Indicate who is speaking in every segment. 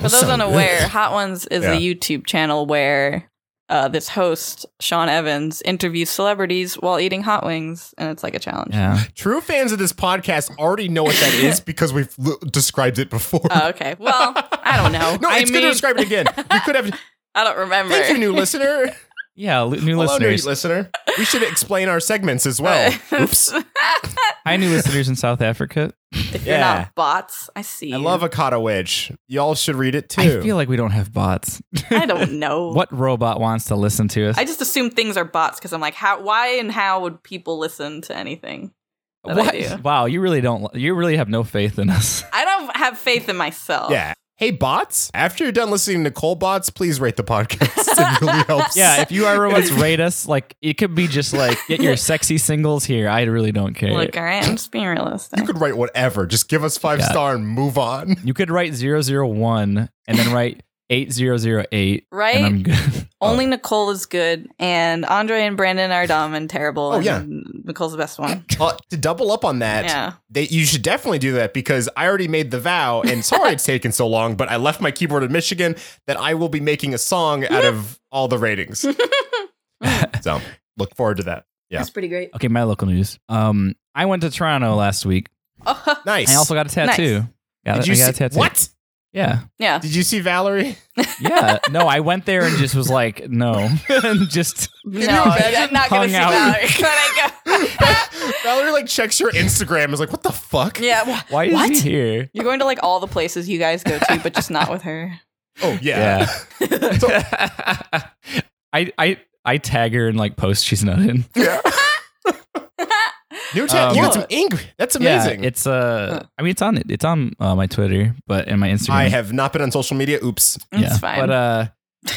Speaker 1: for those unaware, Hot Ones is
Speaker 2: Yeah.
Speaker 1: a YouTube channel where uh, this host Sean Evans interviews celebrities while eating hot wings, and it's like a challenge.
Speaker 3: Yeah.
Speaker 2: True fans of this podcast already know what that is because we've l- described it before.
Speaker 1: Oh, okay. Well, I don't know.
Speaker 2: no,
Speaker 1: I
Speaker 2: it's good to
Speaker 1: mean-
Speaker 2: describe it again. We could have.
Speaker 1: I don't remember.
Speaker 2: Thank you, new listener.
Speaker 3: Yeah, l- new
Speaker 2: Hello, new
Speaker 3: listeners.
Speaker 2: listener. We should explain our segments as well. Oops.
Speaker 3: Hi new listeners in South Africa.
Speaker 1: if
Speaker 2: Yeah.
Speaker 1: you're not bots, I see.
Speaker 2: I love Akata Witch. Y'all should read it too.
Speaker 3: I feel like we don't have bots.
Speaker 1: I don't know.
Speaker 3: What robot wants to listen to us?
Speaker 1: I just assume things are bots because I'm like, how? Why and how would people listen to anything? that I do.
Speaker 3: Wow, you really don't you really have no faith in us.
Speaker 1: I don't have faith in myself.
Speaker 2: yeah. Hey, bots, after you're done listening to Cole Bots, please rate the podcast. It really helps.
Speaker 3: Yeah, if you are robots, rate us. Like it could be just like get your sexy singles here. I really don't care.
Speaker 1: Look, all right, I'm just being realistic.
Speaker 2: You could write whatever. Just give us five
Speaker 3: Yeah.
Speaker 2: star and move on.
Speaker 3: you could write 001 and then write 8008
Speaker 1: Right?
Speaker 3: and I'm good.
Speaker 1: Only Nicole is good, and Andre and Brandon are dumb and terrible.
Speaker 2: Oh, yeah.
Speaker 1: and Nicole's the best one.
Speaker 2: Uh, to double up on that,
Speaker 1: Yeah.
Speaker 2: they, you should definitely do that because I already made the vow, and sorry it's taken so long, but I left my keyboard in Michigan that I will be making a song out of all the ratings. so look forward to that. Yeah.
Speaker 1: That's pretty great.
Speaker 3: Okay, my local news. Um, I went to Toronto last week.
Speaker 1: Oh,
Speaker 2: Nice.
Speaker 3: I also got a tattoo. Got,
Speaker 2: Did
Speaker 3: I
Speaker 2: you
Speaker 3: got a
Speaker 2: see,
Speaker 3: tattoo.
Speaker 2: what?
Speaker 3: Yeah.
Speaker 1: yeah.
Speaker 2: Did you see Valerie?
Speaker 3: Yeah. No, I went there and just was like, no. and just
Speaker 1: No,
Speaker 2: you imagine?
Speaker 1: I'm not
Speaker 3: Hung
Speaker 1: gonna see
Speaker 3: out.
Speaker 1: Valerie when I go.
Speaker 2: Valerie like checks your Instagram is like, what the fuck?
Speaker 1: yeah. wha-
Speaker 3: why is
Speaker 1: What?
Speaker 3: he here?
Speaker 1: You're going to like all the places you guys go to, but just not with her.
Speaker 2: Oh yeah.
Speaker 3: I I I tag her and like post she's not in.
Speaker 2: New tat-
Speaker 3: Um,
Speaker 2: you got some ink. That's amazing.
Speaker 3: Yeah, it's uh I mean it's on it. It's on uh, my Twitter, but and my Instagram.
Speaker 2: I have not been on social media. Oops.
Speaker 1: It's
Speaker 3: yeah.
Speaker 1: fine.
Speaker 3: But uh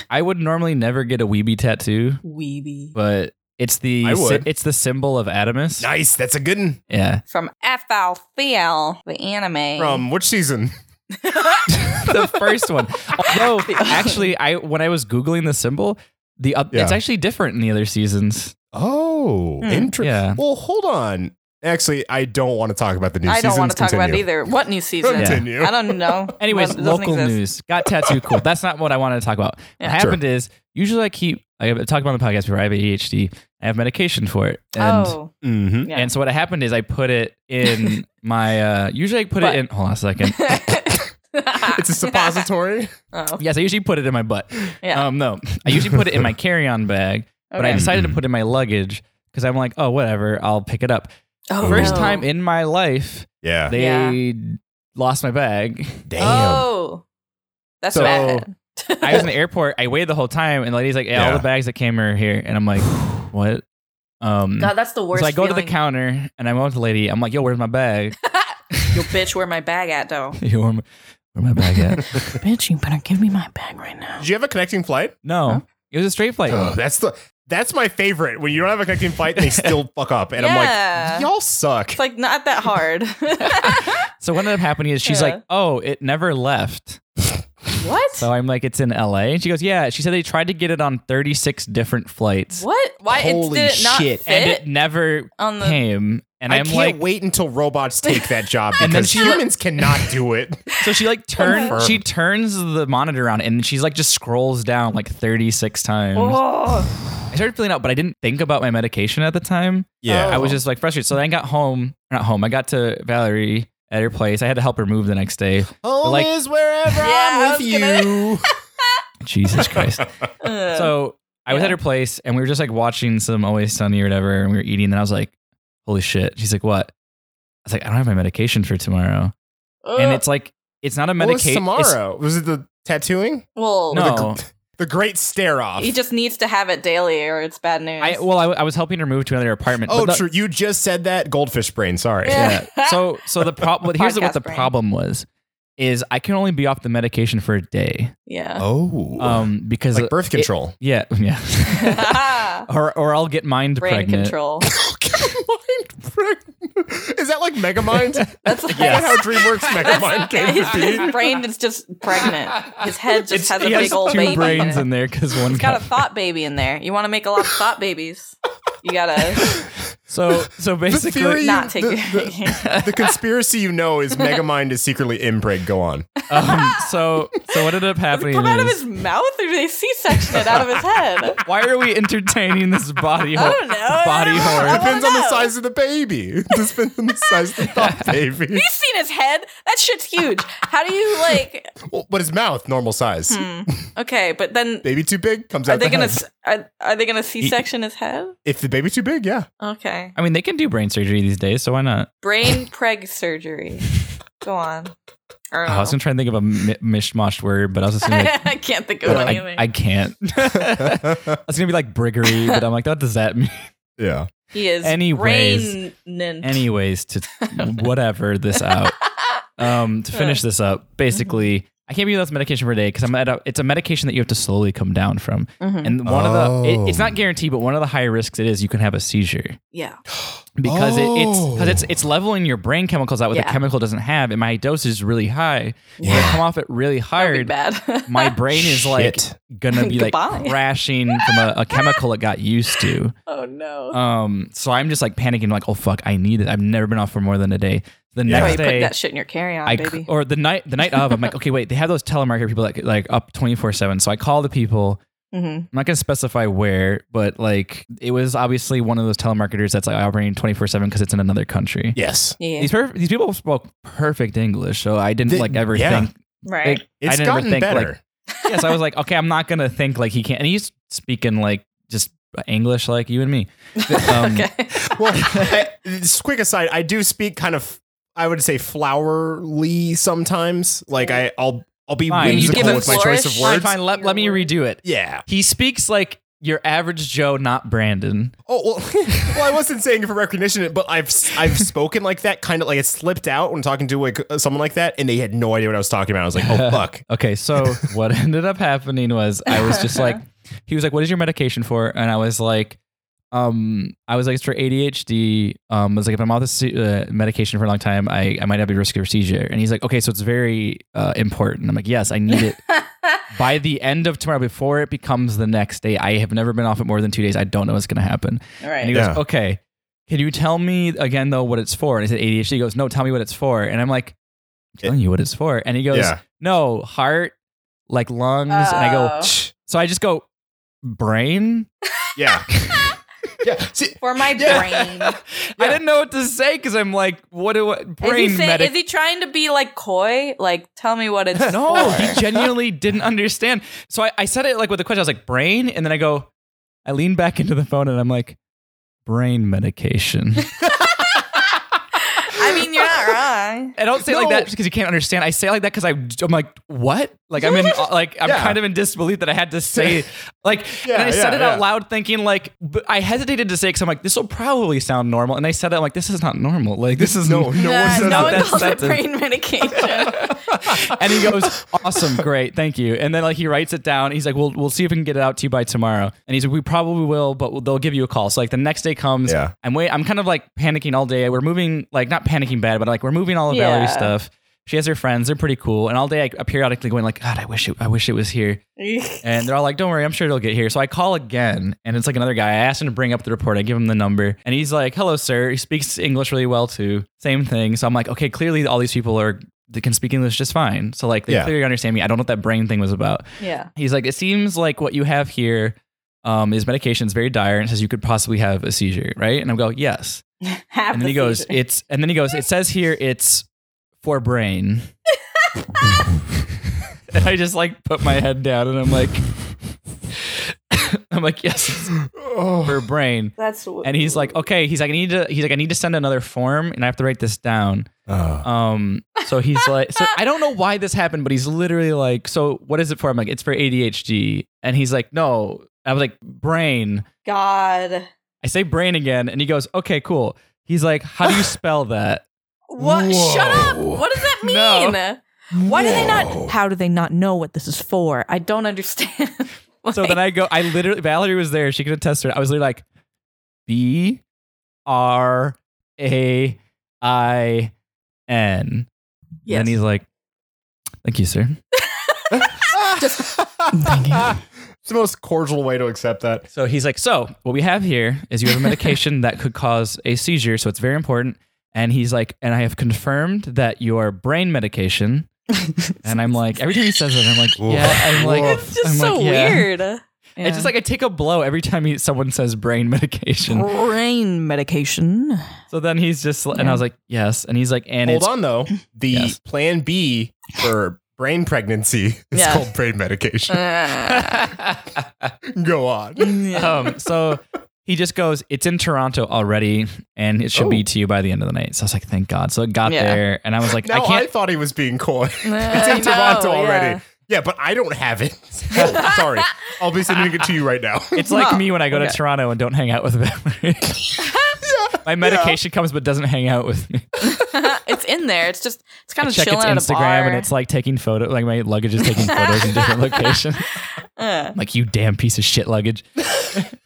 Speaker 3: I would normally never get a weeby tattoo,
Speaker 1: Weeby.
Speaker 3: but it's the
Speaker 2: I would.
Speaker 3: sy- it's the symbol of Adamus.
Speaker 2: Nice. That's a good one.
Speaker 3: Yeah.
Speaker 1: From FLCL, the anime.
Speaker 2: From which season?
Speaker 3: the first one. Although actually I when I was googling the symbol, the oth-
Speaker 2: Yeah.
Speaker 3: it's actually different in the other seasons.
Speaker 2: Oh,
Speaker 1: Hmm.
Speaker 2: interesting.
Speaker 3: Yeah.
Speaker 2: Well, hold on. Actually, I don't want to talk about the new
Speaker 1: I don't want to talk about it
Speaker 2: continue.
Speaker 1: either. What new season?
Speaker 2: Continue.
Speaker 1: I don't know.
Speaker 3: Anyways,
Speaker 1: What- it doesn't
Speaker 3: local
Speaker 1: exist.
Speaker 3: news. Got tattoo cool. That's not what I wanted to talk about.
Speaker 1: Yeah.
Speaker 3: What happened is usually I keep I talk about on the podcast before I have ADHD. I have medication for it. And
Speaker 1: oh,
Speaker 2: Mm-hmm.
Speaker 1: yeah.
Speaker 3: and so what happened is I put it in my uh usually I put
Speaker 1: Butt.
Speaker 3: it in hold on a second.
Speaker 2: It's a suppository.
Speaker 1: oh,
Speaker 3: yes, I usually put it in my butt.
Speaker 1: Yeah.
Speaker 3: Um no. I usually put it in my carry-on bag, but I
Speaker 1: okay.
Speaker 3: decided to put it in my luggage because I'm like, oh whatever, I'll pick it up.
Speaker 1: Oh,
Speaker 3: First
Speaker 1: no.
Speaker 3: time in my life
Speaker 2: yeah.
Speaker 3: they
Speaker 1: Yeah.
Speaker 3: lost my bag.
Speaker 2: Damn.
Speaker 1: Oh, that's
Speaker 3: So-
Speaker 1: bad.
Speaker 3: I was in the airport. I waited the whole time, and the lady's like, yeah,
Speaker 2: Yeah.
Speaker 3: all the bags that came are here." And I'm like, "What?" Um,
Speaker 1: God, that's the worst.
Speaker 3: so I go to the
Speaker 1: feeling.
Speaker 3: counter, and I went to the lady. I'm like, "Yo, where's my bag?
Speaker 1: Yo, bitch, where my bag at though?
Speaker 3: Yo, where my, where my bag at?"
Speaker 1: bitch, you better give me my bag right now.
Speaker 2: Did you have a connecting flight?
Speaker 3: no, it was a straight flight.
Speaker 2: Oh, that's the that's my favorite. When you don't have a connecting flight, they still fuck up, and
Speaker 1: Yeah.
Speaker 2: I'm like, y'all suck.
Speaker 1: It's like not that hard.
Speaker 3: So what ended up happening is she's
Speaker 1: Yeah.
Speaker 3: like, "Oh, it never left."
Speaker 1: what?
Speaker 3: So I'm like, "It's in L.A." And she goes, "Yeah." She said they tried to get it on 36 different flights,
Speaker 1: what? Why it,
Speaker 2: Holy
Speaker 1: did it not
Speaker 2: shit.
Speaker 1: fit
Speaker 3: and it never
Speaker 1: on the?
Speaker 3: came. And
Speaker 2: I
Speaker 3: am
Speaker 2: can't
Speaker 3: like,
Speaker 2: wait until robots take that job because
Speaker 3: And then she-
Speaker 2: humans cannot do it.
Speaker 3: So she like turn
Speaker 2: Confirmed.
Speaker 3: she turns the monitor around and she's like just scrolls down like 36 times.
Speaker 1: Oh,
Speaker 3: I started feeling out, but I didn't think about my medication at the time.
Speaker 1: Yeah.
Speaker 3: Oh. I was just like frustrated. So then I got home, not home. I got to Valerie at her place. I had to help her move the next day.
Speaker 2: home
Speaker 3: like-
Speaker 2: is wherever
Speaker 1: Yeah, I
Speaker 2: I'm with
Speaker 1: was gonna-
Speaker 2: you.
Speaker 3: Jesus Christ.
Speaker 1: Ugh.
Speaker 3: Mm. so I was
Speaker 1: Yeah.
Speaker 3: at her place and we were just like watching some Always Sunny or whatever, and we were eating. And I was like, "Holy shit!" She's like, "What?" I was like, "I don't have my medication for tomorrow." And
Speaker 1: Ugh.
Speaker 3: it's like it's not a
Speaker 2: What was
Speaker 3: medication.
Speaker 2: tomorrow? Was it the tattooing?
Speaker 1: well,
Speaker 3: No,
Speaker 2: The great stare off.
Speaker 1: he just needs to have it daily, or it's bad news.
Speaker 3: I oh. well, I, I was helping her move to another apartment.
Speaker 2: Oh,
Speaker 3: but the-
Speaker 2: true. You just said that. Goldfish brain. Sorry.
Speaker 1: Yeah.
Speaker 3: yeah. So so the problem here's what
Speaker 1: Podcast
Speaker 3: the
Speaker 1: brain.
Speaker 3: problem was is I can only be off the medication for a day.
Speaker 1: yeah.
Speaker 2: Oh.
Speaker 3: Um because
Speaker 2: like birth control.
Speaker 3: yeah, yeah. or or I'll get mind
Speaker 1: Brain
Speaker 3: pregnant.
Speaker 1: control.
Speaker 2: Mind preg- Is that like Megamind?
Speaker 1: That's like
Speaker 2: yeah. how DreamWorks Megamind came
Speaker 1: his,
Speaker 2: to be.
Speaker 1: his brain is just pregnant. His head just
Speaker 3: It's-
Speaker 1: has a
Speaker 3: he
Speaker 1: big
Speaker 3: has
Speaker 1: old
Speaker 3: two
Speaker 1: baby.
Speaker 3: brains
Speaker 1: in it.
Speaker 3: in there because one
Speaker 1: He's got
Speaker 3: got
Speaker 1: a thought baby in there. You want to make a lot of thought babies. You gotta
Speaker 3: so so
Speaker 2: The theory,
Speaker 3: basically
Speaker 1: not take
Speaker 2: the,
Speaker 1: your-
Speaker 2: the, the conspiracy you know is Megamind is secretly impreg. Go on.
Speaker 3: um, so so what ended up happening
Speaker 1: come out of
Speaker 3: is,
Speaker 1: his mouth or do they C-section it out of his head?
Speaker 3: why are we entertaining this body
Speaker 1: I
Speaker 3: horror?
Speaker 1: don't know. I
Speaker 3: Body
Speaker 1: don't know.
Speaker 3: horror.
Speaker 1: I wanna
Speaker 2: Depends on the
Speaker 1: know.
Speaker 2: size of the baby. It depends on the size of the thought baby.
Speaker 1: You've seen his head. That shit's huge. How do you like? hmm,
Speaker 2: Well, but his mouth, normal size.
Speaker 3: Hmm.
Speaker 1: Okay, but then
Speaker 2: Baby too big comes out.
Speaker 1: are they
Speaker 2: the
Speaker 1: gonna
Speaker 2: head.
Speaker 1: s- are, are they gonna C-section his head?
Speaker 2: If the baby too big, yeah.
Speaker 1: Okay,
Speaker 3: I mean they can do brain surgery these days, so why not?
Speaker 1: brain preg surgery. Go on. I,
Speaker 3: Oh, I was gonna try and think of a mi- mishmash word, but I was just gonna like,
Speaker 1: I can't think of anything.
Speaker 3: I, I can't. I was gonna be like briggery, but I'm like, what does that mean?
Speaker 2: Yeah.
Speaker 1: He is
Speaker 3: Anyways.
Speaker 1: brainin-
Speaker 3: anyways to whatever this out um to finish this up basically i can't be on this medication for a day because i'm at a, it's a medication that you have to slowly come down from
Speaker 1: Mm-hmm.
Speaker 3: and one of the it- it's
Speaker 2: Oh.
Speaker 3: not guaranteed but one of the higher risks it is you can have a seizure
Speaker 1: Yeah.
Speaker 3: because it, it's because it's
Speaker 2: Oh.
Speaker 3: it's leveling your brain chemicals out with a
Speaker 1: Yeah.
Speaker 3: chemical it doesn't have, and my dosage is really high. When I
Speaker 2: Yeah.
Speaker 3: come off it really hard,
Speaker 1: That'd be bad.
Speaker 3: my brain is like
Speaker 2: Shit.
Speaker 3: gonna be like
Speaker 1: Goodbye.
Speaker 3: crashing from a, a chemical it got used to.
Speaker 1: oh no.
Speaker 3: Um, so I'm just like panicking, like, oh fuck, I need it. I've never been off for more than a day. The
Speaker 2: Yeah.
Speaker 3: next
Speaker 1: That's why you put
Speaker 3: day,
Speaker 1: that shit in your carry-on,
Speaker 3: I oh, c-
Speaker 1: baby.
Speaker 3: or the night the night of, I'm like, okay, wait, they have those telemarketer people that like up 24 seven. So I call the people.
Speaker 1: Mhm.
Speaker 3: I'm not gonna specify where, but like it was obviously one of those telemarketers that's like operating 24 seven because it's in another country.
Speaker 2: Yes.
Speaker 1: Yeah.
Speaker 3: These perf- these people spoke perfect English, so I didn't
Speaker 2: Th-
Speaker 3: like ever
Speaker 2: yeah.
Speaker 3: think.
Speaker 1: Right.
Speaker 3: like, I
Speaker 2: It's
Speaker 3: didn't ever
Speaker 2: gotten
Speaker 3: think
Speaker 2: better.
Speaker 3: like yes, I was like, okay, I'm not gonna think like he can't. And he's speaking like just English, like you and me. Um,
Speaker 1: okay.
Speaker 2: well, I, just quick aside, I do speak kind of, I would say, flowery sometimes. Like I, I'll, I'll be
Speaker 3: Fine. You
Speaker 2: whimsical
Speaker 3: give him
Speaker 2: with my choice of
Speaker 3: Fine,
Speaker 1: flourish.
Speaker 2: words.
Speaker 3: fine. Let, let me redo it.
Speaker 2: Yeah.
Speaker 3: He speaks like your average Joe, not Brandon.
Speaker 2: Oh well. well, I wasn't saying it for recognition, but I've I've spoken like that, kind of like it slipped out when talking to like uh, someone like that, and they had no idea what I was talking about. I was like, oh fuck.
Speaker 3: Okay, so what ended up happening was I was just like, he was like, "What is your medication for?" And I was like, um, I was like, "It's for ADHD." Um, I was like, "If I'm off this uh, medication for a long time, I I might have a risk of seizure." And he's like, "Okay, so it's very uh, important." I'm like, "Yes, I need it by the end of tomorrow before it becomes the next day. I have never been off it more than two days. I don't know what's going to happen."
Speaker 1: All
Speaker 3: And he
Speaker 1: right.
Speaker 3: goes,
Speaker 2: Yeah.
Speaker 3: "Okay, can you tell me again though what it's for?" And I said ADHD. He goes, "No, tell me what it's for." And I'm like, I'm "Telling you what it's for." And he goes,
Speaker 2: Yeah.
Speaker 3: "No, heart, like lungs." And I go,
Speaker 1: Oh.
Speaker 3: "So I just go brain."
Speaker 2: Yeah. yeah. See,
Speaker 1: For my brain.
Speaker 3: I didn't know what to say because I'm like, "What do I, brain
Speaker 1: is, he saying,
Speaker 3: medic?"
Speaker 1: is he trying to be like coy? Like, tell me what it's
Speaker 3: no,
Speaker 1: for.
Speaker 3: he genuinely didn't understand. So I, I said it like with a question. I was like, brain, and then I go, I lean back into the phone and I'm like, brain medication.
Speaker 1: I mean, you're not wrong.
Speaker 3: I don't say it like
Speaker 2: No.
Speaker 3: that because you can't understand. I say it like that because I, I'm like, what? Like I'm in, like I'm
Speaker 2: Yeah.
Speaker 3: kind of in disbelief that I had to say, like, and
Speaker 2: Yeah,
Speaker 3: I said
Speaker 2: yeah,
Speaker 3: it
Speaker 2: yeah.
Speaker 3: out loud, thinking like, but I hesitated to say because I'm like, this will probably sound normal, and I said it, I'm like, this is not normal. Like this is
Speaker 2: no, no
Speaker 1: Nah,
Speaker 2: one's
Speaker 3: says
Speaker 2: no,
Speaker 1: no
Speaker 3: that.
Speaker 1: one
Speaker 3: That's-
Speaker 1: calls it
Speaker 3: that's a-
Speaker 1: brain medication.
Speaker 3: and he goes, "Awesome, great, thank you." And then like he writes it down. He's like, "We'll we'll see if we can get it out to you by tomorrow." And he's like, "We probably will, but they'll give you a call." So like the next day comes.
Speaker 2: Yeah.
Speaker 3: I'm wait. I'm kind of like panicking all day. We're moving like not panicking bad, but like we're moving all of Valerie's
Speaker 1: Yeah.
Speaker 3: stuff. She has her friends. They're pretty cool. And all day I periodically going like, "God, I wish it. I wish it was here." And they're all like, "Don't worry, I'm sure it'll get here." So I call again, and it's like another guy. I asked him to bring up the report. I give him the number, and he's like, "Hello, sir." He speaks English really well too. Same thing. So I'm like, "Okay, clearly all these people are they can speak English just fine." So like they
Speaker 2: Yeah.
Speaker 3: clearly understand me. I don't know what that brain thing was about.
Speaker 1: yeah.
Speaker 3: He's like, "It seems like what you have here um, is medication. It's very dire, and it says you could possibly have a seizure, right?" And I'm go, "Yes."
Speaker 1: Half
Speaker 3: And then
Speaker 1: the
Speaker 3: he goes,
Speaker 1: seizure.
Speaker 3: "It's," and then he goes, "It says here it's for brain." and I just like put my head down, and I'm like, I'm like, "Yes, it's
Speaker 2: Oh,
Speaker 3: for brain."
Speaker 1: That's what.
Speaker 3: And he's like, "Okay." He's like, "I need to." He's like, "I need to send another form, and I have to write this down." Um, so he's like, so I don't know why this happened, but he's literally like, so what is it for? I'm like, it's for ADHD, and he's like, no. I was like, brain.
Speaker 1: God.
Speaker 3: I say brain again, and he goes, okay, cool. He's like, how do you spell that?
Speaker 1: What? Shut up!
Speaker 2: Whoa.
Speaker 1: What does that
Speaker 3: No.
Speaker 1: mean? Why do they
Speaker 2: Whoa.
Speaker 1: not? How do they not know what this is for? I don't understand.
Speaker 3: So then I go, I literally, Valerie was there. She could attest to it. I was literally like, B R A I N.
Speaker 1: Yes.
Speaker 3: And he's like, thank you, sir.
Speaker 2: it's the most cordial way to accept that.
Speaker 3: So he's like, So what we have here is you have a medication that could cause a seizure. So it's very important. And he's like, And I have confirmed that your brain medication. and I'm like, Every time he says it, I'm like,
Speaker 2: Woof.
Speaker 3: Yeah. I'm like,
Speaker 2: Woof.
Speaker 1: it's just
Speaker 3: I'm
Speaker 1: so
Speaker 3: like, yeah.
Speaker 1: weird.
Speaker 3: It's just like I take a blow every time he, someone says brain medication.
Speaker 1: brain medication.
Speaker 3: So then he's just, and I was like, yes. And he's like, and
Speaker 2: Hold
Speaker 3: it's
Speaker 2: on though, the
Speaker 3: Yes.
Speaker 2: plan B for brain pregnancy is
Speaker 1: Yeah.
Speaker 2: called brain medication. Go on.
Speaker 3: um, so he just goes, "It's in Toronto already, and it should be
Speaker 2: Oh.
Speaker 3: to you by the end of the night." So I was like, "Thank God!" So it got
Speaker 1: Yeah.
Speaker 3: there, and I was like,
Speaker 2: Now
Speaker 3: "I
Speaker 2: I,
Speaker 3: can't."
Speaker 2: thought he was being coy.
Speaker 1: it's
Speaker 2: it's in Toronto already. Yeah. but I don't have it. Oh, sorry. I'll be sending it to you right now.
Speaker 3: it's like
Speaker 1: No.
Speaker 3: me when I go to
Speaker 1: Okay.
Speaker 3: Toronto and don't hang out with Valerie. My medication comes but doesn't hang out with me.
Speaker 1: it's in there. It's just it's kind
Speaker 3: I
Speaker 1: of
Speaker 3: check its
Speaker 1: chilling at a
Speaker 3: Instagram
Speaker 1: bar.
Speaker 3: and it's like taking photo, like my luggage is taking photos in different locations.
Speaker 1: Uh,
Speaker 3: like you damn piece of shit luggage.